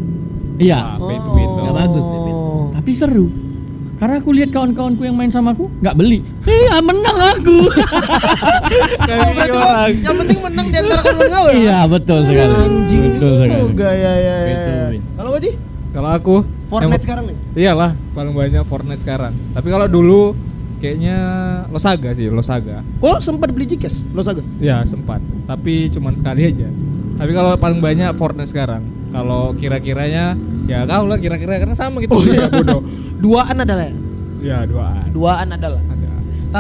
Iya
Pay to win,
Nggak bagus, ya, Bin.
Oh.
Tapi seru karena aku lihat kawan-kawanku yang main sama aku nggak beli. Iya menang
[LAUGHS]
aku.
Oh, berarti lo, yang penting menang di antara kawan gaul.
iya betul sekali.
Anjing.
Betul sekali.
Moga ya ya. ya,
Pay to
ya.
win.
Kalau Ji,
Kalau aku
Fortnite
emang-
sekarang nih.
Iyalah, paling banyak Fortnite sekarang. Tapi kalau dulu kayaknya Losaga sih, Losaga.
Oh, sempat beli Jikes, lo saga.
Ya, sempat. Tapi cuman sekali aja. Tapi kalau paling banyak Fortnite sekarang. Kalau kira-kiranya ya kau lah kira-kira karena sama
Oh,
gitu. Iya, bodoh.
Duaan adalah ya?
Ya, doaan.
Duaan adalah.
Ada.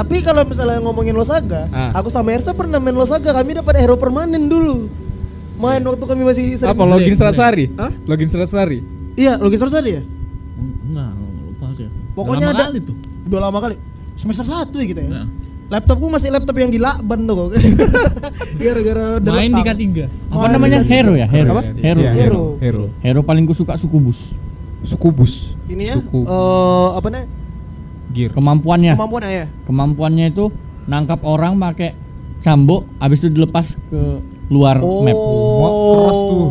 Tapi kalau misalnya ngomongin Losaga,
Ah.
aku sama Ersa pernah main Losaga, kami dapat hero permanen dulu. Main waktu kami masih sering.
Apa login Serasari?
Hah?
Login Serasari.
Iya, login terus tadi ya?
Enggak, lupa sih.
Pokoknya
Lama
ada
kali tuh.
Udah lama kali. Semester 1 ya kita ya.
Nah.
Laptopku masih laptop yang dilakban tuh kok. Gara-gara udah
Main di
retak.
K3.
Apa namanya hero ya hero.
Apa?
Hero.
Iya,
hero.
hero. Hero.
Hero paling kusuka sukubus.
Sukubus.
Ini ya,
Suku
eh, apa nih?
gear.
Kemampuannya.
Kemampuan ya.
kemampuannya itu nangkap orang pakai cambuk habis itu dilepas ke luar
Oh.
map
cross tuh.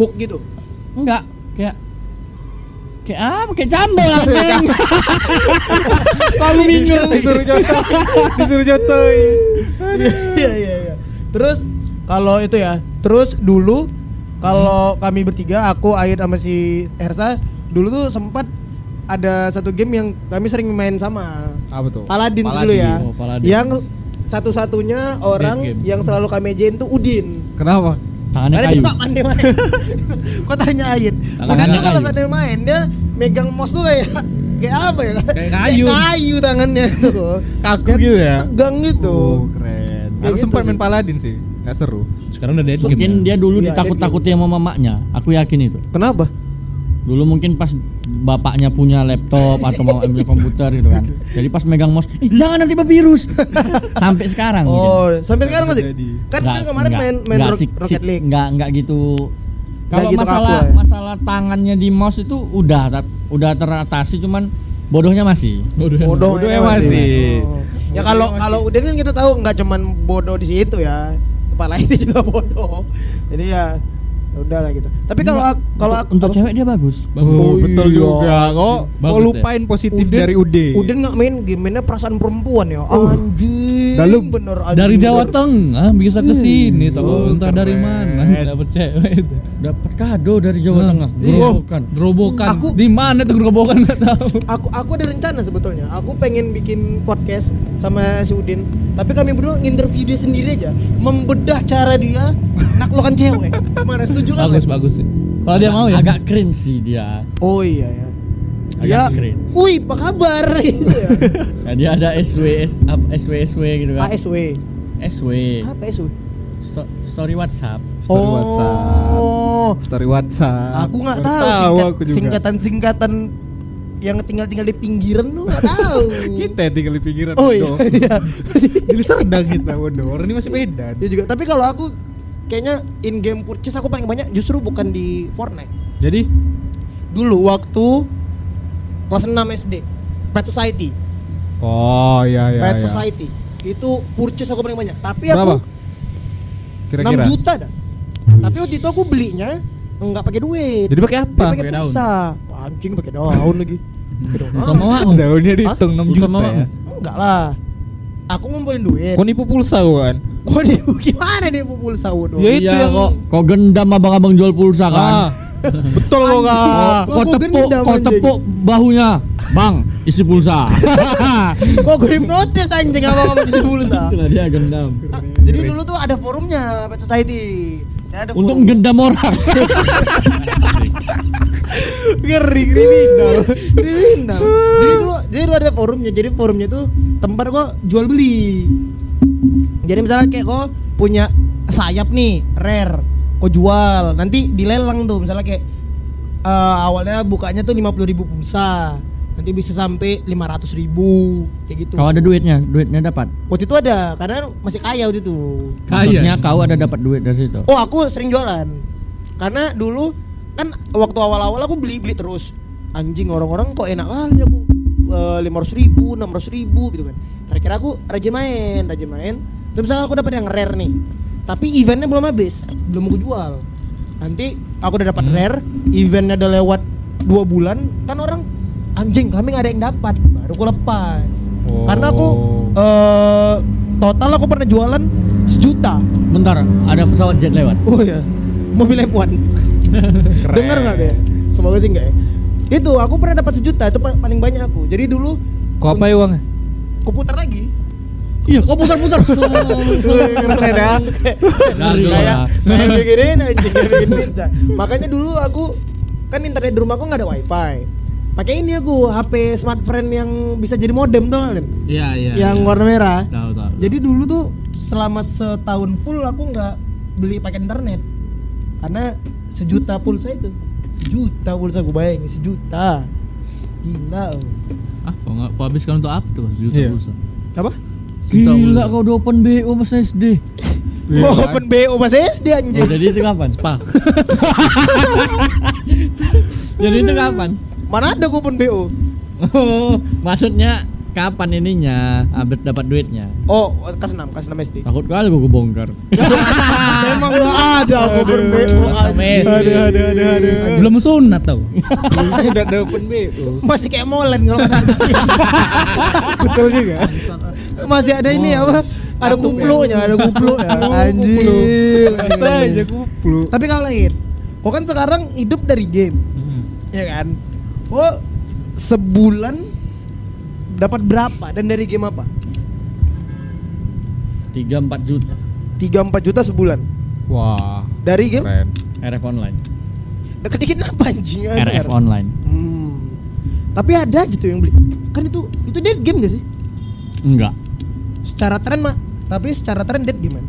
Hook gitu.
enggak kayak kayak apa kayak cambuk lah
[LAUGHS]
Bang. aku bingung
Disuruh jatuh.
[LAUGHS]
Disuruh jatuh.
Iya iya iya. Terus kalau itu ya, terus dulu kalau kami bertiga, aku, Aid sama si Ersa, dulu tuh sempat ada satu game yang kami sering main sama.
Apa tuh?
Paladin
Paladin.
dulu ya.
Oh, Paladin.
Yang satu-satunya orang
game.
yang selalu kami ajain tuh Udin.
Kenapa?
tangannya
Karena
kayu
dia [LAUGHS] pandai main. Kok tanya Aid?
Tangannya
Udin tuh kalau
kayu.
seandainya main dia megang mouse tuh kayak kayak apa ya?
Kayak kayu.
Kayak kayu tangannya tuh.
Kaku gitu ya?
Tegang gitu.
Oh, keren.
Ya
Aku
gitu
sempat main
sih.
paladin sih. Nggak seru.
Sekarang udah dead game. ya?
mungkin dia dulu
Iya,
ditakut-takuti sama mamanya aku yakin itu
Kenapa?
dulu mungkin pas bapaknya punya laptop atau mau ambil komputer gitu kan jadi pas megang mouse "Ih, jangan nanti bervirus [LAUGHS] sampai sekarang
Oh,
mungkin.
sampai sekarang masih.
jadi.
Kan
Nggak,
kan kemarin
nggak,
main main
nggak,
Ro-
sik-
Rocket
sik-
League.
nggak nggak gitu kalau
gitu
masalah
kaku ya.
masalah tangannya di mouse itu udah ta- udah teratasi cuman bodohnya masih
Bodoh
Bodohnya
emang
masih.
Oh. Ya kalau kalau udah kan kita tahu nggak cuman bodoh di situ ya. Tempat [LAUGHS] lainnya juga bodoh. Jadi ya udahlah gitu. Tapi kalau ak- kalau
untuk,
aku
untuk cewek dia bagus
Oh,
Oh,
betul
iya.
juga. Kok kok
Bagus ya.
lupain positif dari UD.
Udin nggak main gimana perasaan perempuan ya.
Oh.
Anjing.
Dalam.
bener anjing.
Dari Jawa
bener.
Tengah bisa ke
Oh,
sini tahu entah dari
keren.
mana dapat cewek itu.
dapat kado dari Jawa
Nah,
Tengah
iya.
gerobokan
Gerobokan.
Aku-
Di mana tuh gerobokan enggak tahu.
Aku aku ada rencana sebetulnya. Aku pengen bikin podcast sama si Udin. Tapi kami berdua interview dia sendiri aja, membedah cara dia naklukan cewek. Gimana setuju kan?
Bagus bagus sih. Kalau dia mau ya.
agak keren sih dia
Oh iya ya.
Agak
Ya,
keren.
wih, apa
[LAUGHS]
kabar gitu ya.
Nah, dia ada SW S- ap- SW SW gitu
Iya.
kan
ASW.
SW
Apa ASW?
Sto- story WhatsApp
Story WhatsApp. Story WhatsApp.
Oh. Aku nggak
Baru
tahu, singkat-
aku juga.
singkatan-singkatan yang tinggal-tinggal di pinggiran lu nggak tahu.
[LAUGHS] Kita yang tinggal di pinggiran.
Oh iya,
bodoh.
[LAUGHS] iya.
[LAUGHS] Jadi serdang kita bodoh. Orang ini masih Medan.
Iya juga. Tapi kalau aku kayaknya in game purchase aku paling banyak justru bukan di Fortnite.
Jadi
Dulu waktu kelas 6 SD, Pet Society,
Oh iya iya. iya.
Pet Society. Itu purchase aku paling banyak. Tapi
Berapa?
aku
Kira-kira.
6 juta dah. Tapi waktu itu aku belinya Enggak pakai duit.
Jadi pakai
Dia
apa?
pakai
Pakai daun.
pulsa. Anjing pakai daun lagi. Pakai daun.
Pulsa mawar.
Ah,
Daunnya dihitung 6
Pulsa
juta
mawar.
ya.
Enggak lah. Aku ngumpulin duit.
Kok nipu pulsa kan?
Kok di [LAUGHS] gimana nih bu pulsa bodoh?
Ya itu
Iya
yang
kok kok gendam abang-abang jual pulsa kan. [LAUGHS]
Ah, Betul kok
Anjing. Ah.
Kak.
Kok
Kok
gua
tepuk,
gendam,
kok
anjing?
tepuk bahunya. Bang, isi
[LAUGHS]
pulsa.
Kok gue hipnotis anjing apa kamu jadi pulsa?
Itulah dia gendam.
Ah, Jadi dulu tuh ada forumnya Pet Society. Ya, ada
Untuk
forum.
gendam orang.
[LAUGHS]
Ngeri kriminal.
Kriminal. Jadi dulu jadi dulu ada forumnya. Jadi forumnya tuh tempat kok jual beli. Jadi misalnya kayak kok punya sayap nih rare, kok jual. Nanti dilelang tuh misalnya kayak eh, awalnya bukanya tuh 50.000 ribu pulsa. Nanti bisa sampai 500.000 ribu kayak gitu.
Kau ada duitnya, duitnya dapat.
Waktu itu ada karena masih kaya waktu itu.
Kaya.
Maksudnya kau ada dapat duit dari situ.
Oh aku sering jualan Karena dulu kan waktu awal-awal aku beli-beli terus Anjing orang-orang kok enak kali aku Eh, lima ratus ribu, enam ratus ribu gitu kan Terakhir aku rajin main, rajin main Terus misalnya aku dapat yang rare nih Tapi eventnya belum habis, belum aku jual Nanti aku udah dapat rare, eventnya udah lewat dua bulan Kan orang anjing kami nggak ada yang dapat Baru aku lepas
Oh.
Karena aku eh, total aku pernah jualan sejuta
Bentar, ada pesawat jet lewat.
Oh ya, mobil F1. Dengar nggak deh? Semoga sih nggak ya. Itu aku pernah dapat sejuta itu pa- paling banyak aku. Jadi dulu
Kok apa ya uangnya?
aku putar lagi.
Iya, kok putar-putar. [LAUGHS]
Keren [LAUGHS] ya.
Gagal
Kayak
lah.
kayak bikinin anjing kayak bikin pizza. Makanya dulu aku kan internet di rumahku nggak ada wifi. Pakai ini aku HP smartphone yang bisa jadi modem tuh, Alin.
Iya, iya.
yang
iya.
warna merah.
Tahu, tahu.
Jadi dulu tuh selama setahun full aku nggak beli pakai internet karena sejuta pulsa itu sejuta pulsa gue bayangin sejuta gila lu.
Ah, kok enggak kok habiskan untuk apa tuh? Sejuta
Iya.
pulsa.
apa
Sejuta
Gila
pulsa.
kau udah open BO pas SD.
Iya,
oh,
kan?
open BO pas SD anjing
Oh, jadi itu kapan?
Pak.
Jadi itu kapan?
mana ada gue open BO
Oh, maksudnya kapan ininya update dapat duitnya?
oh kelas 6 kelas 6 SD
Takut kali gua kebongkar.
emang gak ada aku open BO
kelas enam
anjing.
SD.
Aduh, aduh, aduh, aduh.
Belum sunat tau.
Udah ada open BO.
masih kayak molen kalau kata
Betul juga.
masih ada ini apa ada kuplunya ada kuplunya anjing
Bisa aja kuplu.
tapi kalau lain kok kan sekarang hidup dari game ya kan kok sebulan dapat berapa dan dari game apa
3 4 juta
3 4 juta sebulan
Wah,
dari game
keren.
RF online.
deket dikit apa anjing Ada
RF
kan?
online.
hmm. tapi ada aja tuh yang beli kan itu itu dead game gak sih
Enggak.
secara tren mah tapi secara tren dead game kan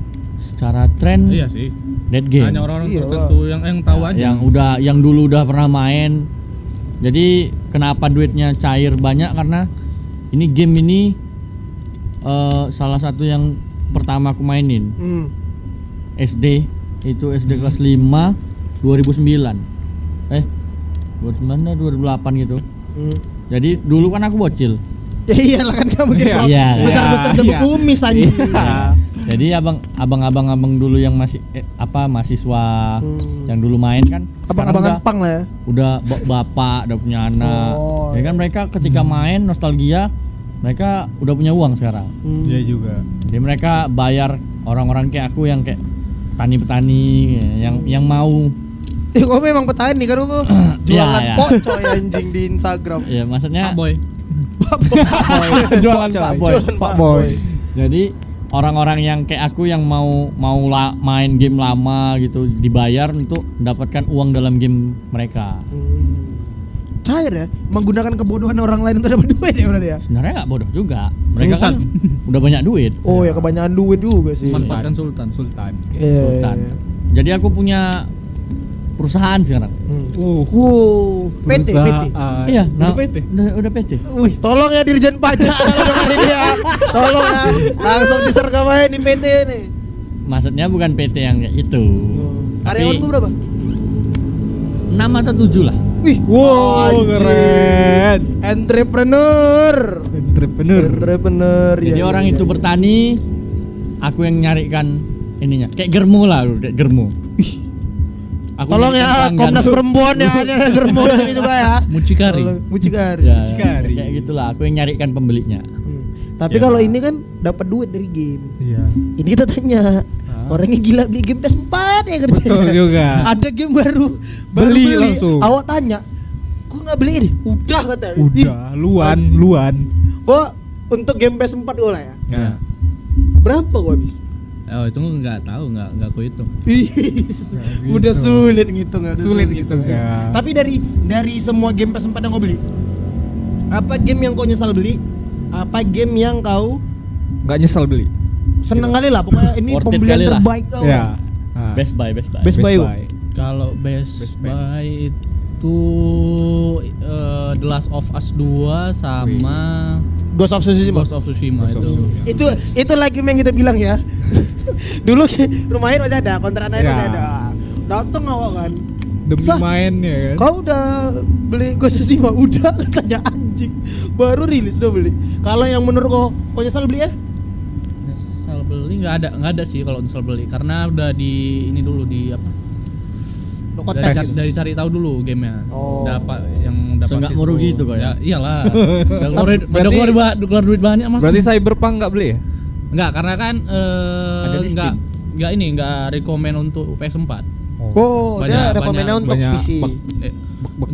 Secara tren
Iya sih.
dead game.
Hanya orang-orang
Iya
Iyalah.
tertentu yang
eh,
yang tahu aja.
Yang udah yang dulu udah pernah main. Jadi kenapa duitnya cair banyak karena ini game ini eh, salah satu yang pertama aku mainin.
hmm.
SD itu
Hmm.
SD kelas 5 2009 eh 2009 atau 2008 gitu
Hmm. [LAUGHS]
jadi dulu kan aku bocil
Ya iyalah kan gak mungkin
Iya,
kalau
iya,
besar-besar
iya.
udah kumis anjing.
[LAUGHS] jadi abang abang abang abang dulu yang masih eh, apa mahasiswa
Hmm.
yang dulu main kan sekarang
Abang-abangan
udah
pang lah ya.
udah ba- bapak udah punya anak
Oh,
ya kan mereka ketika main nostalgia mereka udah punya uang sekarang
Hmm. [LAUGHS]
Iya [LAUGHS] juga.
jadi mereka bayar orang-orang kayak aku yang kayak petani-petani yang
Hmm.
yang mau
Eh, kok memang petani kan kamu jualan
Iya, iya.
pocoy anjing di Instagram.
ya maksudnya
Pak Boy.
jualan Pak Boy.
Jualan
Pak Boy.
Jadi orang-orang yang kayak aku yang mau mau la- main game lama gitu dibayar untuk mendapatkan uang dalam game mereka.
Hmm. Cair ya, menggunakan kebodohan orang lain untuk dapat duit ya berarti ya.
Sebenarnya nggak bodoh juga. Mereka kan [LAUGHS] udah banyak duit.
Oh ya kebanyakan duit juga sih.
Manfaatkan Sultan.
Sultan.
Iya,
Sultan.
iya, iya.
Jadi aku punya perusahaan sekarang.
Hmm.
Uh,
Wow, PT PT.
perusahaan.
Iya,
Udah
nah-
PT.
Udah, udah PT.
Wih, tolong ya Dirjen Pajak tolong hari ini ya. Tolong ya. Langsung disergamain di PT nih.
Maksudnya bukan PT yang kayak gitu. itu.
Oh. Karyawanmu berapa?
6 atau 7 lah.
Wih,
Wow,
anjing.
keren.
Entrepreneur.
Entrepreneur.
Entrepreneur.
Jadi
iya,
orang
iya,
itu
iya.
bertani,
[LAUGHS]
aku yang nyarikan ininya. Kayak germu lah, kayak germu. Aku
Tolong
yang
ya
pelanggan.
Komnas Perempuan ya, ada
[LAUGHS]
germon ini juga ya.
Mucikari.
Tolong, Mucikari.
Ya,
Mucikari.
kayak
gitu
gitulah aku yang nyarikan pembelinya.
Hmm. Tapi
Ya.
kalau ini kan dapat duit dari game.
Iya.
Ini kita tanya, orangnya gila beli game PS4 ya kerjanya.
Betul juga.
[LAUGHS] Ada game baru, baru
Beli langsung.
Awak tanya, kok nggak beli ini? Udah katanya. Ih,
Udah, luan, luan.
Gua untuk game PS4 gua lah ya.
Ya.
Berapa gua habis? [LAUGHS]
Oh, itu nggak tahu, nggak nggak aku hitung.
Ih, udah sulit gitu nggak
Sulit gitu ya.
Tapi dari dari semua game PS4 yang kau beli, apa game yang kau nyesal beli? Apa game yang kau
Nggak nyesel beli.
seneng kali lah pokoknya ini
Worth it
pembelian
kali lah.
terbaik kau.
Ya. Ah.
Best buy, best buy.
Best Buy.
Kalau Best,
Best Buy.
Buy itu eh, The Last of Us 2 sama
Ghost of Tsushima.
Ghost of Tsushima
Ghost of
itu.
Tsushima.
itu itu lagi yang kita bilang ya [LAUGHS] dulu rumahnya udah ada kontrakan
Ya.
aja
Iya.
udah ada dateng awak kan
Demi
Sah.
main ya kan.
kau udah beli Ghost of Tsushima udah [LAUGHS] katanya anjing baru rilis udah beli kalau yang menurut kau kau nyesal beli ya
Nyesel beli nggak ada nggak ada sih kalau nyesel beli karena udah di ini dulu di apa?
no
Dari,
kontes
cari- dari cari tahu dulu gamenya.
Oh.
Dapat yang dapat.
Seenggak
pasti
merugi
dulu.
itu
Iya.
kok ya?
[LAUGHS]
iyalah. Udah
Tapi-
keluar, udah keluar,
berarti-
ba- keluar duit banyak mas.
Berarti Cyberpunk nggak beli ya?
Enggak, karena kan eh
Ada di
enggak
Steam.
enggak ini enggak rekomend untuk PS4.
oh
Banyak-
dia ada komennya
banyak-
untuk
banyak
PC
bak-
Eh,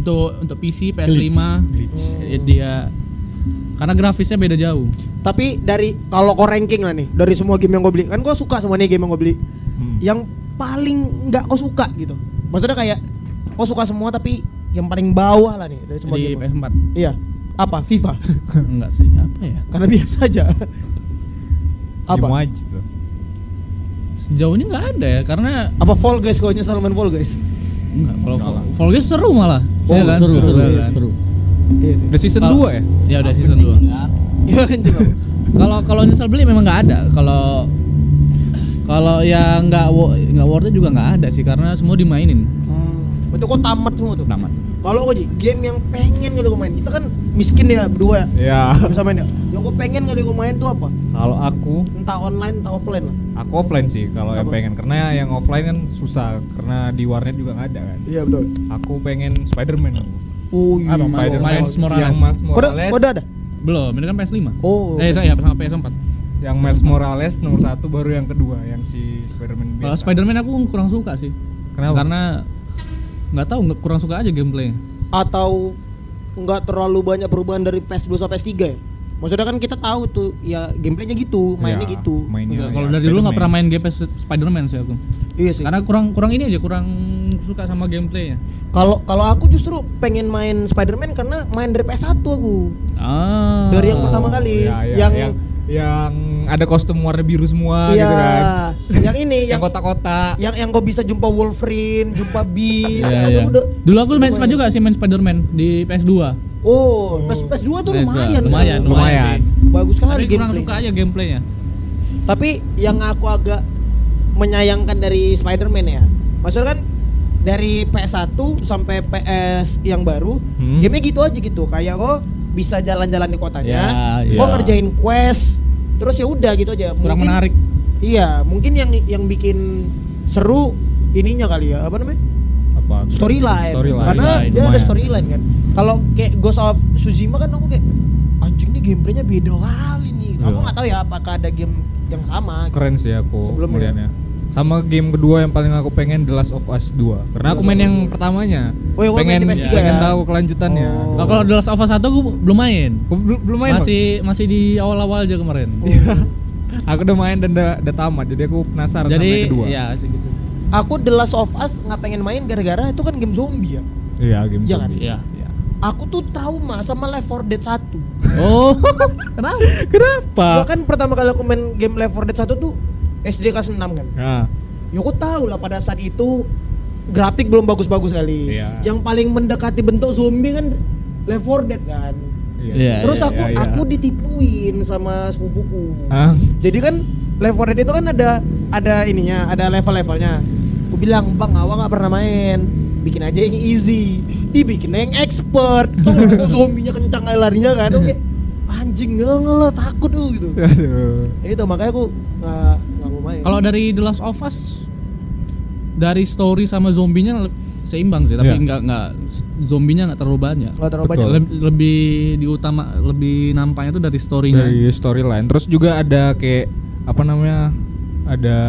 Untuk untuk PC PS5
Glitch.
eh, dia karena grafisnya beda jauh.
tapi dari kalau kau ranking lah nih dari semua game yang kau beli kan kau suka semua nih game yang kau beli
Hmm.
yang paling nggak kau suka gitu maksudnya kayak kau suka semua tapi yang paling bawah lah nih dari semua
Jadi
game kau.
PS4.
Iya. Apa? FIFA. [LAUGHS]
enggak sih, apa ya?
Karena biasa aja. Apa?
Diem aja, bro.
Sejauh ini enggak ada ya karena
Apa Fall Guys kau nyesal main Fall Guys?
enggak kalau Fall- Fall Guys seru malah.
Oh,
Iya
seru, seru,
Iya kan?
seru.
Iya.
Udah season
Kalau-
2 ya?
Ya udah season 2.
[LAUGHS] Iya kan juga.
Kalau kalau nyesel beli memang nggak ada. Kalau kalau yang nggak wo- nggak worth it juga nggak ada sih karena semua dimainin.
Hmm. Itu kau tamat semua tuh.
Tamat.
Kalau kau Ji, game yang pengen kali kau main. Kita kan miskin ya berdua ya.
Ya.
Nggak Bisa main ya. Yang kau pengen kali kau main tuh apa?
[LAUGHS] Kalau aku,
Entah online entah offline lah.
aku offline sih kalau yang
Apa?
pengen karena yang offline kan susah karena di warnet juga nggak ada kan.
Iya betul.
Aku pengen Spider-Man. aku.
Oh iya.
Apa, Mas?
Spider-Man
Miles Morales.
yang Mas
Kau udah,
Morales.
kau udah ada?
Belum, ini kan PS5.
Oh.
eh, saya sama PS4.
Yang Miles Morales nomor satu baru yang kedua yang si Spider-Man biasa.
Kalau Spider-Man aku kurang suka sih.
Kenapa?
Karena nggak tahu nggak kurang suka aja gameplaynya.
atau nggak terlalu banyak perubahan dari PS2 sampai PS3 ya? Maksudnya kan kita tahu tuh ya gameplaynya gitu, mainnya
Iya,
Ya,
gitu.
Mainnya.
Kalau
ya,
dari dulu
Spider-Man.
nggak pernah main game PS Spider-Man sih aku.
Iya sih.
Karena kurang kurang ini aja kurang suka sama gameplaynya.
Kalau kalau aku justru pengen main Spider-Man karena main dari PS1 aku.
Ah.
Dari yang pertama kali
Ya, ya,
yang
yang yang ada kostum warna biru
Ah,
semua
iya,
gitu kan.
yang
[LAUGHS]
ini
Yang
yang
kotak-kotak.
yang yang kau bisa jumpa Wolverine, jumpa Beast,
Iya,
itu
iya.
udah
Dulu aku main Spider juga sih main Spider-Man di PS2.
Oh, PS PS2 tuh
PS2,
lumayan.
lumayan,
tuh.
lumayan.
sih.
Bagus
Tapi
sekali
kurang suka
gameplaynya.
aja gameplaynya.
Tapi yang aku agak menyayangkan dari Spider-Man ya. Maksudnya kan dari PS1 sampai PS yang baru,
Hmm.
gamenya gitu aja gitu. Kayak kok bisa jalan-jalan di kotanya,
Ya,
kok
ya.
ngerjain quest, terus ya udah gitu aja.
Kurang menarik.
Iya, mungkin yang yang bikin seru ininya kali ya, apa namanya?
Apa?
Storyline.
Storyline. Nah,
Karena dia ada
lumayan.
storyline kan. Kalau kayak Ghost of Tsushima kan aku kayak anjing nih gameplaynya beda kali nih. Aku
Iya.
nggak tahu ya apakah ada game yang sama. gitu.
keren sih aku
Sebelumnya.
melihatnya. Sama game kedua yang paling aku pengen The Last of Us 2. Karena aku main yang pertamanya.
Oh, iya, kau
pengen
main di PS3
pengen
ya?
tahu kelanjutannya.
Oh.
Nah, kalau The Last of Us 1 aku belum main.
Aku bel- belum main. Oh, Bang.
Masih masih di awal-awal aja kemarin. Iya.
Aku udah main dan udah, udah tamat. Jadi aku penasaran sama yang
Jadi
kedua.
ya segitu sih.
Aku The Last of Us nggak pengen main gara-gara itu kan game zombie ya.
Iya, game
Iya kan?
zombie.
Iya.
Iya.
Aku tuh trauma sama Left 4 Dead 1.
Oh, [LAUGHS] kenapa?
Kenapa?
Gua kan pertama kali aku main game Left 4 Dead 1 tuh SD kelas 6 kan.
Nah,
Ya aku tahu lah pada saat itu grafik belum bagus-bagus kali.
Iya.
Yang paling mendekati bentuk zombie kan Left 4 Dead kan.
Iya,
Terus
iya,
aku aku ditipuin sama sepupuku.
Hah? [LAUGHS]
Jadi kan Left 4 Dead itu kan ada ada ininya, ada level-levelnya. Aku bilang, "Bang, awak nggak pernah main. Bikin aja yang easy." Dibikin yang
[LAUGHS]
expert. Tuh kalau zombinya kencang kayak larinya kan. Oke. Anjing nggak lah takut lu gitu.
Iya.
Aduh.
Ya Itu makanya aku nggak nggak mau main.
Kalau dari The Last of Us
dari story sama zombinya le- seimbang sih, tapi
Iya.
nggak nggak zombinya nggak terlalu banyak.
Nggak terlalu
Betul.
banyak.
Leb- lebih diutama lebih nampaknya tuh dari storynya.
dari storyline terus juga ada kayak apa namanya ada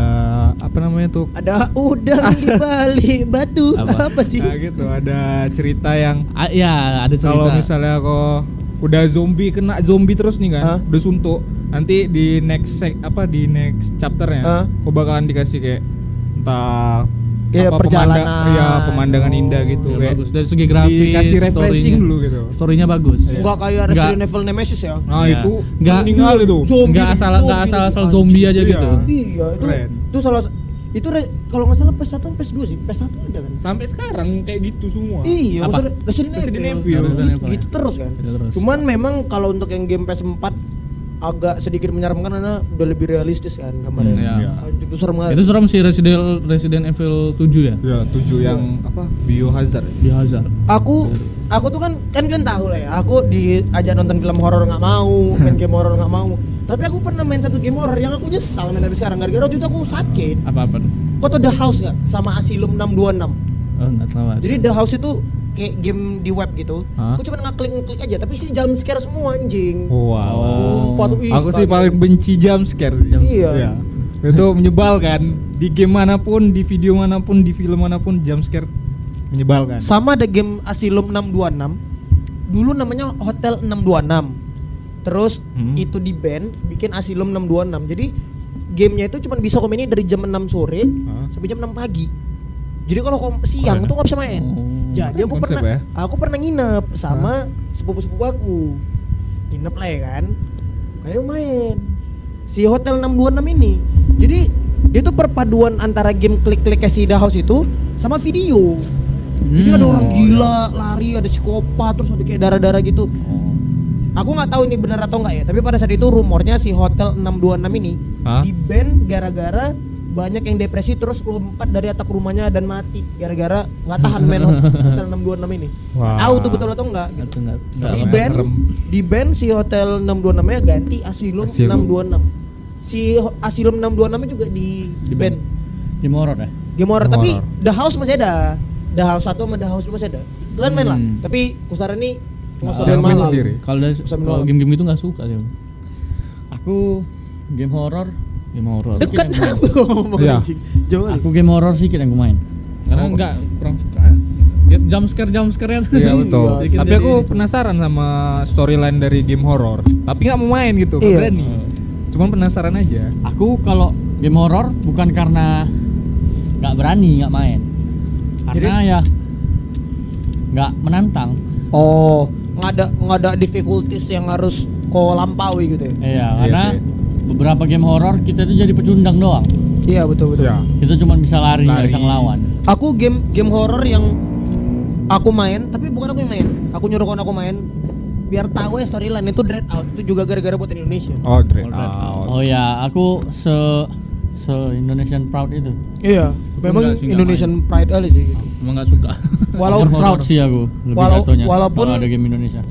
apa namanya tuh
Ada udang
[LAUGHS]
di balik batu. Apa, sih?
nah, gitu ada cerita yang
Ah, ya ada cerita.
kalau misalnya kok udah zombie kena zombie terus nih kan
Hah?
udah suntuk nanti di next sec, apa di next chapternya
Hah?
kok bakalan dikasih kayak entah
Kayak perjalanan.
pemanda- iya, pemandangan
Oh,
indah gitu
Ya,
kayak
bagus dari segi grafis.
dikasih refreshing
story-nya.
dulu gitu
Storynya bagus.
Enggak kayak
Nggak.
Resident Evil Nemesis ya.
nah
Iya.
itu
Nggak-
meninggal itu
Zombie
Nggak
di-
asal
zombie
nggak asal
di-
asal zombie aja
Iya.
gitu.
Iya, itu
Keren.
itu salah itu re- kalau nggak salah PS1 atau PS2 sih. PS1 ada kan?
sampai sekarang kayak gitu semua
Iya,
Apa?
maksudnya Resident Evil.
Resident Evil.
Resident Evil,
Gitu
ya.
terus kan.
Gitu terus.
Cuman memang kalau untuk yang game PS4 agak sedikit menyeramkan karena udah lebih realistis kan gambarnya.
Hmm, iya.
Anjing, Itu serem banget.
Itu serem sih Resident Resident Evil 7 ya.
ya tujuh yang apa biohazard
Di Hazard.
aku aku tuh kan kan kalian tahu lah ya aku diajak nonton film horor nggak mau main game horor nggak mau tapi aku pernah main satu game horor yang aku nyesal main habis sekarang gara-gara waktu itu aku sakit
Apa-apa. tuh?
kau tau The House nggak sama Asylum 626
Oh, enggak tahu. aja.
jadi The House itu kayak game di web gitu
Hah? Oh,
aku cuma ngeklik ngeklik aja tapi sih jump scare semua anjing
wow
Sumpah tuh, ih,
aku sih
kaget.
paling benci jump scare sih
Jump
iya
Iya. Itu menyebalkan di game manapun, di video manapun, di film manapun jump scare menyebalkan.
sama ada game Asylum 626 dulu namanya Hotel 626 terus
Hmm.
itu di band bikin Asylum 626 jadi gamenya itu cuma bisa komen ini dari jam 6 sore
Hah?
sampai jam 6 pagi jadi kalau kom- siang
Keren,
tuh nggak bisa main
Oh.
jadi
Keren
aku
konsep
pernah
ya.
aku pernah nginep sama sepupu-sepupu aku nginep lah ya kan kayak main si Hotel 626 ini jadi dia tuh perpaduan antara game klik-klik kayak si The House itu sama video jadi
Hmm.
ada orang gila, lari, ada psikopat, terus ada kayak darah-darah gitu.
Oh.
Aku nggak tahu ini benar atau nggak ya, tapi pada saat itu rumornya si Hotel 626 ini
Hah?
di band gara-gara banyak yang depresi terus lompat dari atap rumahnya dan mati gara-gara nggak tahan
[LAUGHS]
main Hotel 626 ini.
Wah.
Tahu tuh betul atau enggak gitu.
Itu enggak enggak
Di
apa-apa.
band,
serem.
di band si Hotel 626 nya ganti Asylum,
Asylum.
626. Si Ho- Asylum 626 juga di,
Di
di
band.
band.
Di Morot ya.
Game horror,
Game
tapi
horror.
The House masih ada. The House 1 sama The House 2 masih ada. Kalian main lah.
Hmm.
Tapi Kusara ini cuma
Nah,
sore
main
malam. [LAUGHS]
sendiri.
Kalau dari-
Bisa
kalau
menolak.
game-game gitu enggak suka dia.
Aku game horor,
Game horor.
Dekat kenapa gua ngomong
Iya.
anjing? Jauh kali.
aku game horor sedikit yang gue main.
Oh,
Karena enggak kurang suka. Ya, jump scare jump scare
[LAUGHS]
Iya betul.
Sedikit
Tapi
jadi-
aku penasaran sama storyline dari game horor. Tapi nggak mau main gitu, nggak
Iya.
berani. Cuman penasaran aja.
Aku kalau game horor bukan karena nggak berani nggak main, karena ya nggak menantang.
Oh, nggak ada nggak ada difficulties yang harus kau lampaui gitu ya.
Iya,
Iya
karena
sih.
beberapa game horor kita tuh jadi pecundang doang.
Iya, betul betul.
Kita cuma bisa lari, nggak
Lari.
bisa ngelawan.
Aku game game horror yang aku main, tapi bukan aku yang main. Aku nyuruh kawan aku main biar tahu ya storyline itu Dread Out itu juga gara-gara buat Indonesia.
Oh, Dread
All Dread
Out.
Oh ya, aku se se Indonesian proud itu.
Iya, memang
nggak sih, nggak
Indonesian pride aja sih gitu.
Emang enggak suka.
Walau
Over proud sih aku lebih
walau-
jatuhnya
walaupun-
kalau ada game Indonesia.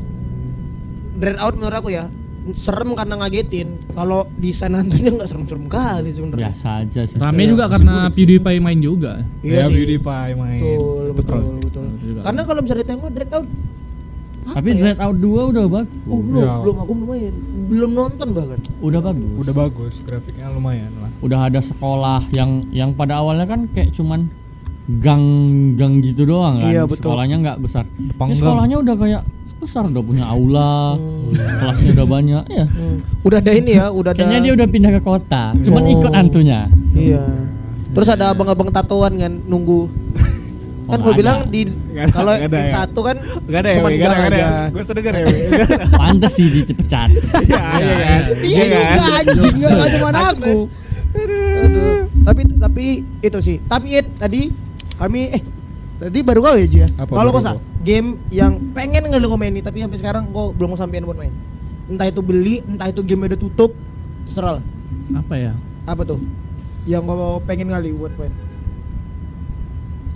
Dread Out menurut aku ya serem karena ngagetin. Kalau desain hantunya nggak serem-serem kali sebenarnya.
Biasa aja sih.
Rame juga karena PewDiePie main juga.
Iya, PewDiePie main.
Betul,
Itu
betul,
pro
betul,
sih.
Juga.
Karena kalau bisa ditengok Dread Out apa
Tapi
ya?
Dread Out 2 udah bagus.
Oh, belum,
Iya.
belum aku belum main. Belum nonton bahkan.
Udah bagus.
Udah bagus, grafiknya lumayan lah.
Udah ada sekolah yang yang pada awalnya kan kayak cuman gang-gang gitu doang kan.
Iya, betul.
Sekolahnya nggak besar.
Depan
Ini
gang.
sekolahnya udah kayak besar udah punya aula, kelasnya udah banyak. Iya.
Udah ada ini ya, udah Hmm. ada.
Kayaknya dia udah pindah ke kota, cuman
Oh.
ikut hantunya.
Iya.
Hmm.
Terus ada abang-abang tatoan kan
[LAUGHS]
nunggu. kan
nggak
gue
ada.
bilang di
Oh, Nggak ada,
kalau
nggak ada
yang
ya.
satu kan
Gak ada ya,
cuman
Wi?
Iya,
gak ada,
gang
gak ada. ya.
aja.
Gua sedenger ya, Wi? Gak ada.
Pantes sih dipecat.
[LAUGHS] Iya, iya kan?
Iya juga anjing nggak ada mana aku. Aduh. Tapi tapi itu sih. Tapi Ed, tadi kami eh tadi baru kau ya Ji ya.
Apa
Kalau
baru
kau Sa,
gua?
game yang pengen nggak lu main nih, tapi sampai sekarang kau belum kesampaian buat main. Entah itu beli, entah itu game udah tutup, terserah lah.
Apa ya?
Apa tuh? Yang kau pengen kali buat main.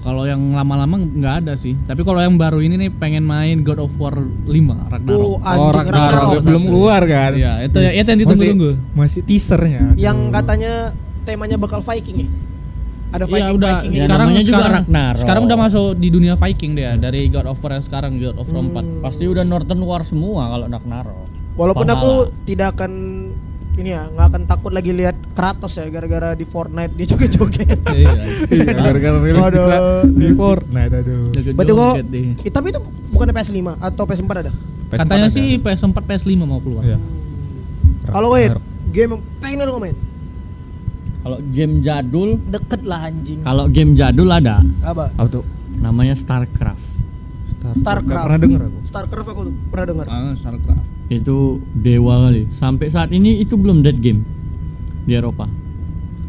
Kalau yang lama-lama nggak ada sih. Tapi kalau yang baru ini nih pengen main God of War 5
Oh,
Ragnarok.
Oh,
anjing
Ragnarok.
Ragnarok.
Belum keluar kan?
Iya, itu ya itu yang
Masih- Iya,
ditunggu-tunggu.
Masih teasernya.
Yang katanya temanya bakal Viking ya. Ada
Iya
Viking,
udah
Viking
Ya,
sekarang
namanya juga
sekarang,
Ragnarok.
sekarang udah masuk di dunia Viking dia dari God of War yang sekarang God of War
Hmm.
4.
Pasti udah Northern War semua kalau Ragnarok.
Walaupun
Pahala.
aku tidak akan ini ya, nggak akan takut lagi lihat Kratos ya gara-gara di Fortnite dia joget-joget.
Iya.
Iya, gara-gara rilis di,
Aduh.
di Fortnite aduh.
Berarti kok
Joget deh.
eh, tapi itu bukan PS5 atau PS4 ada?
PS4
Katanya
ada. kan?
sih PS4 PS5 mau keluar.
Iya.
Kalau wait, game yang pengen lu main
Kalau game jadul,
deket lah anjing.
kalau game jadul ada
Apa?
Apa tuh?
namanya StarCraft.
Star-
Starcraft.
Nggak Pernah denger aku.
Starcraft aku tuh pernah dengar.
Ah, StarCraft.
Itu dewa kali. Sampai saat ini itu belum dead game di Eropa.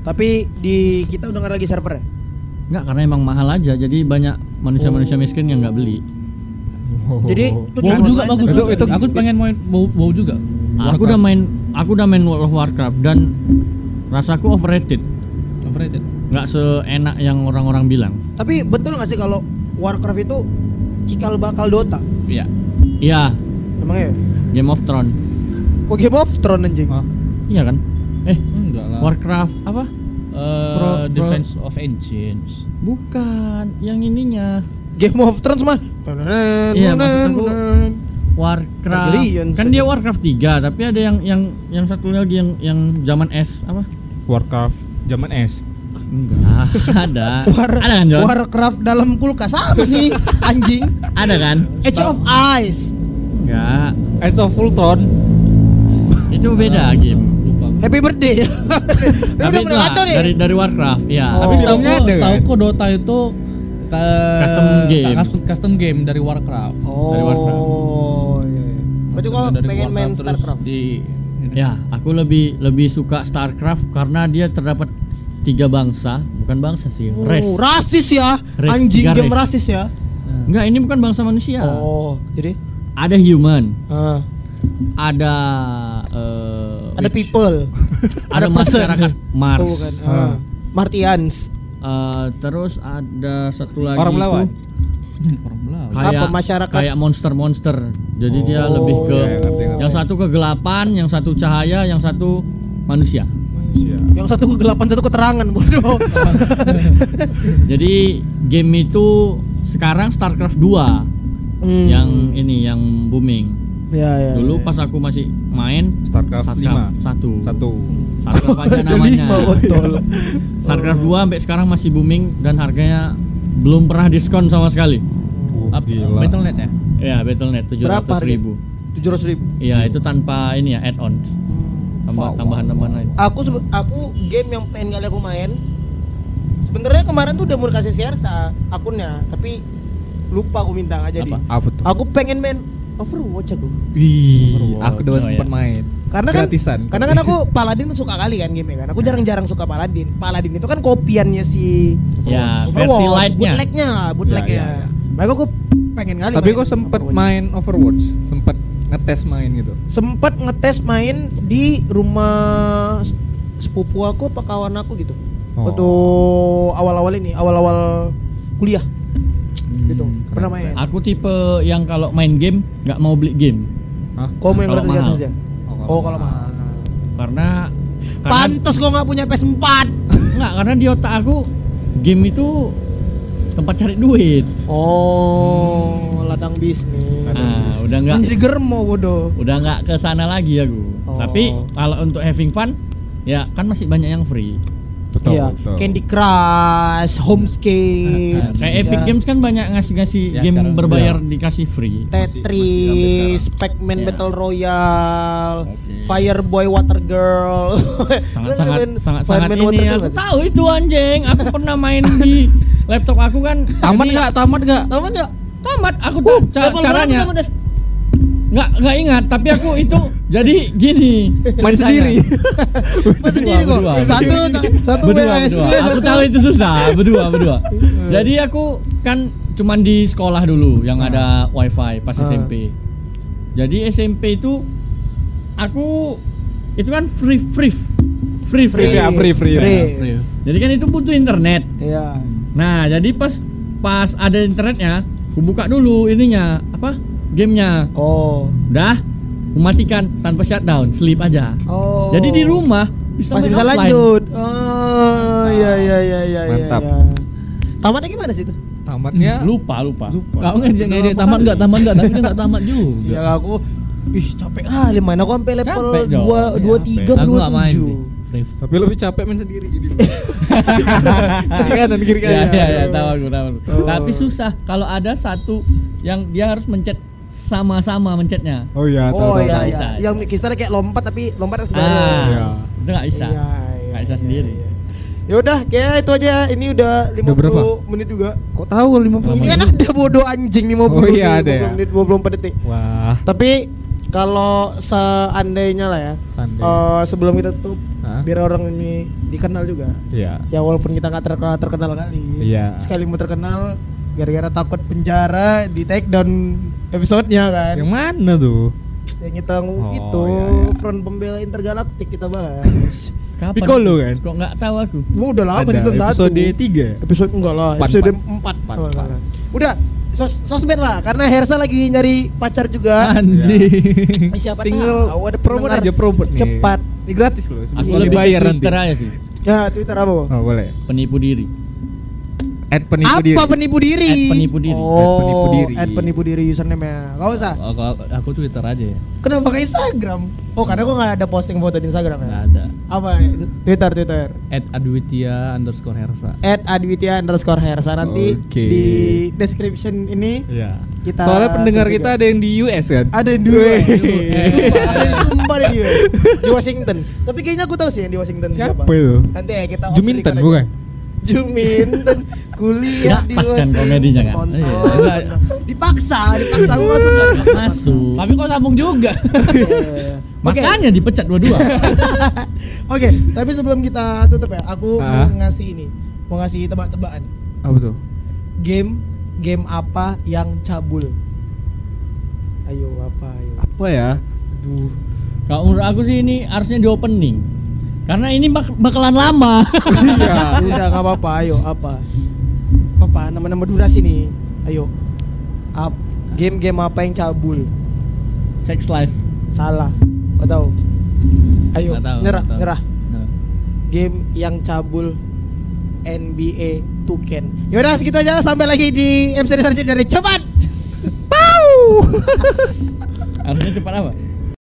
Tapi di kita udah nggak ada lagi server ya?
Enggak karena emang mahal aja. Jadi banyak
Oh.
manusia-manusia miskin yang nggak beli.
Oh.
Jadi itu di
Wow juga
online
bagus.
terus.
Itu-
juga.
itu-
aku pengen main wow, wow juga.
Aku udah main aku udah main World of Warcraft dan rasaku overrated.
Overrated.
Nggak seenak yang orang-orang bilang.
Tapi betul nggak sih kalau Warcraft itu cikal bakal Dota?
Iya.
Iya,
Emangnya? ya?
Game of Thrones.
Kok Game of Thrones anjing?
Hah?
Iya kan? Eh,
Enggak lah.
Warcraft apa?
Eh,
Fro- fro-
Defense of Ancients.
Bukan, yang ininya
Game of Thrones mah.
Iya, maksud aku- Warcraft.
Targaryen
kan
saja.
dia Warcraft 3, tapi ada yang yang yang satu lagi yang yang zaman S apa?
Warcraft zaman S.
Enggak, [LAUGHS] ada.
War-
ada kan, Jon?
Warcraft dalam kulkas apa sih anjing?
ada kan?
Age of Ice.
Enggak.
Age of Ultron.
Itu beda game.
Lupa.
Happy birthday. [LAUGHS] Ini udah mulai
itulah,
ngaco nih. Iya,
dari dari Warcraft, ya.
Oh.
Tapi setahu
Filmnya
kok,
ada
setahu
kan?
kok Dota itu ka-
Custom game.
ka- custom, custom game dari Warcraft. Dari Warcraft.
Oh. iya, iya. Berarti kok
Dari
pengen main
Warcraft terus
Starcraft.
Di
Ya, aku lebih lebih suka StarCraft karena dia terdapat tiga bangsa, bukan bangsa sih,
Oh,
race.
rasis ya.
Race,
Anjing
tiga
game
race. Ya.
rasis ya.
Enggak, ini bukan bangsa manusia.
Oh, jadi
Ada human,
ah,
ada eh,
ada
witch,
people.
[LAUGHS] ada
ada person.
masyarakat Mars.
Oh, bukan. Ah. Martians.
Eh, terus ada satu lagi
Orang
itu
melawan?
gitu. orang Belawan.
kayak
Apa, masyarakat?
kayak monster-monster. Jadi dia
Oh,
lebih ke
iya, ngerti, ngerti.
yang satu kegelapan, yang satu cahaya, yang satu manusia.
Manusia.
Yang satu kegelapan, satu keterangan, [LAUGHS] bodoh.
Jadi game itu sekarang StarCraft 2
Hmm.
yang ini yang booming.
ya, ya,
Dulu
ya.
pas aku masih main
Starcraft
StarCraft
5.
satu.
Satu.
StarCraft aja
[LAUGHS] Ada
namanya.
lima, botol.
[LAUGHS] StarCraft
Oh.
2 sampai sekarang masih booming dan harganya belum pernah diskon sama sekali.
Wah,
Up,
gila.
Battle.net ya?
Ya, Battle.net 700 ribu.
Tujuh ratus ribu.
Iya, itu tanpa ini ya add-on. Tambah tambahan-tambahan lain.
Aku sebe- aku game yang pengen kali aku main. Sebenarnya kemarin tuh udah mau kasih Siarsa akunnya, tapi lupa aku minta nggak jadi.
Apa?
Apa tuh?
Aku pengen main Overwatch aku.
Wih, aku udah
Oh,
sempat
iya.
main.
Karena kan
Gratisan.
karena kan aku Paladin suka kali kan game kan. Aku jarang-jarang suka Paladin. Paladin itu kan kopiannya si
Ya, versi light-nya.
bootlegnya lah, bootlegnya.
Ya, ya, ya.
Makanya aku pengen kali
Tapi
main
gue sempet
Overwatch.
main Overwatch, sempet ngetes main gitu.
sempet ngetes main di rumah s- sepupu aku apa kawan aku gitu
Oh.
waktu awal-awal ini awal-awal kuliah gitu pernah main
Aku tipe yang kalau main game nggak mau beli game
Hah?
kamu yang
kalau
gratis gratis
mahal.
aja
kalau
oh kalau mahal
karena karena Hmm.
pantes kok nggak punya PS4
nggak karena di otak aku game itu tempat cari duit.
oh ladang bisnis
Nah, udah nggak
menjadi germo bodoh
udah nggak ke sana lagi aku.
Oh.
Tapi kalau untuk having fun ya kan masih banyak yang free.
Betul,
Iya,
betul.
Candy Crush, iya. Homescape,
[LAUGHS] Kayak Epic Games kan banyak ngasih-ngasih
Ya,
game
sekarang-
berbayar dikasih free.
Tetris, Pac-Man
Iya.
Battle Royale,
Oke.
Fireboy Water Girl. [LAUGHS]
sangat
Lu
sangat
main
sangat sangat
Fireman Water
ini ya.
Girl
aku
nggak sih?
tahu itu anjing
[LAUGHS]
aku pernah main di laptop aku kan
Tamat
jadi-
nggak? Tamat nggak?
Taman nggak?
tamat aku tuh
Uh,
ca-
Level berapa
caranya
taman deh?
nggak nggak ingat tapi aku itu jadi gini
Main sendiri.
Gua sendiri kok.
berdua,
Satu satu Iya.
berdua
WSD,
berdua aku
satu.
tahu itu susah berdua
[LAUGHS]
berdua jadi aku kan cuman di sekolah dulu yang ada wifi pas
Ah.
SMP jadi SMP itu aku itu kan free free free
Free, ya, free, free, ya.
Free.
free. jadi kan itu butuh internet
Iya.
Nah, jadi pas pas ada internetnya, aku buka dulu ininya apa? Gamenya.
Oh.
Udah, aku matikan tanpa shutdown, sleep aja.
Oh.
Jadi di rumah bisa
masih
main
bisa
offline. Ah.
lanjut. Oh, iya iya iya iya
Mantap,
Mantap.
iya. Tamatnya gimana sih itu?
Tamatnya
lupa lupa,
Ya. Lupa.
kau ngejek ngejek
Kenapa Iya.
tamat nggak tamat nggak tapi dia nggak tamat juga
Ya aku ih capek kali main aku sampai level
Iya. Capek dong.
2
Capek.
23
Aku nggak main sih.
27.
Free
tapi lebih capek main sendiri gitu.
[LAUGHS]
jadi. kiri kanan kiri
ya
kanan.
ya ya tahu aku tahu aku.
Oh.
tapi susah kalau ada satu yang dia harus mencet sama-sama mencetnya
Oh iya, tahu
Oh
tahu.
nggak
iya,
bisa.
iya. yang kisahnya kayak lompat tapi lompat yang sebenarnya.
Iya.
ah itu nggak bisa
Iya, iya,
nggak bisa
iya,
sendiri
iya. Ya udah, kayak itu aja. Ini udah 50
Udah berapa?
menit juga.
Kok tahu 50
Ini kan ada bodoh anjing 50
Oh iya, ada
50
ya?
menit 24 detik.
Wah,
Tapi kalau seandainya lah ya,
Seandainya.
eh, sebelum kita tutup,
Hah?
biar orang ini dikenal juga.
iya.
Ya walaupun kita nggak terkenal terkenal kali,
Iya.
sekali mau terkenal gara-gara takut penjara di take down episodenya kan.
Yang mana tuh?
Yang kita
Oh,
ngu- itu
iya, iya.
front pembela intergalaktik kita bahas.
kapan
Piccolo kan?
kok nggak tahu aku
Wah, udah lama
Ada
season
episode
1.
3.
Episode enggak lah,
Empat,
episode
empat. Empat,
4. Oh, enggak
empat.
lah. Udah, sos sosmed lah karena Hersa lagi nyari pacar juga.
Iya.
anjing
Siapa
Ah, Tinggal
tahu ada
promo
pendengar
aja promo nih.
Cepat.
Ini gratis loh, sebelum
aku lebih ke
Iya, dibayar nanti.
Twitter aja sih
Ya, Twitter apa?
Oh, boleh.
penipu diri
Ad penipu
apa
diri.
penipu diri?
At penipu diri.
At penipu
Oh,
diri.
at penipu diri username-nya. Enggak usah.
aku, aku- Oh, aku Twitter aja ya
Kenapa ke Instagram? Oh, karena gua enggak ada posting foto di Instagram ya.
nggak ada
Apa? Twitter, Twitter.
at adwitya underscore hersa
At Aditya underscore Hersa nanti
Oke.
di description ini
Iya.
kita
Soalnya pendengar
tulis
kita
juga.
ada yang di US kan?
Ada yang dua.
Eh.
Sumpah, ada yang sumpah deh dia. Di Washington. Tapi kayaknya aku tahu sih yang di Washington
Siapa
siapa.
itu?
Nanti ya kita
Juminten
obrolin aja.
bukan?
Juminten kuliah
Nggak
di
pas kan
Washington.
komedinya kan?
Kontol.
Iya.
Nggak. Dipaksa, dipaksa aku masuk.
masuk tapi kok sambung juga
[LAUGHS]
Oke.
makanya dipecat
[LAUGHS]
dua-dua
Oke, tapi sebelum kita tutup ya, aku
Ah.
mau ngasih ini. Mau ngasih tebak-tebakan.
Apa tuh?
Game game apa yang cabul? Ayo apa ayo.
Apa ya?
Aduh.
kalau menurut aku sih ini harusnya di opening karena ini bak- bakalan lama
[LAUGHS]
[LAUGHS]
Iya.
Udah nggak apa-apa, ayo apa? Apa nama-nama durasi nih? Ayo. Up. Game-game apa yang cabul?
sex life
Salah. Kau tahu? Ayo,
Nggak tahu,
nyerah,
nggak tahu. Nah,
nyerah.
Nggak.
Game yang cabul NBA Tuken. Yaudah segitu aja sampai lagi di episode selanjutnya dari cepat.
harusnya cepat apa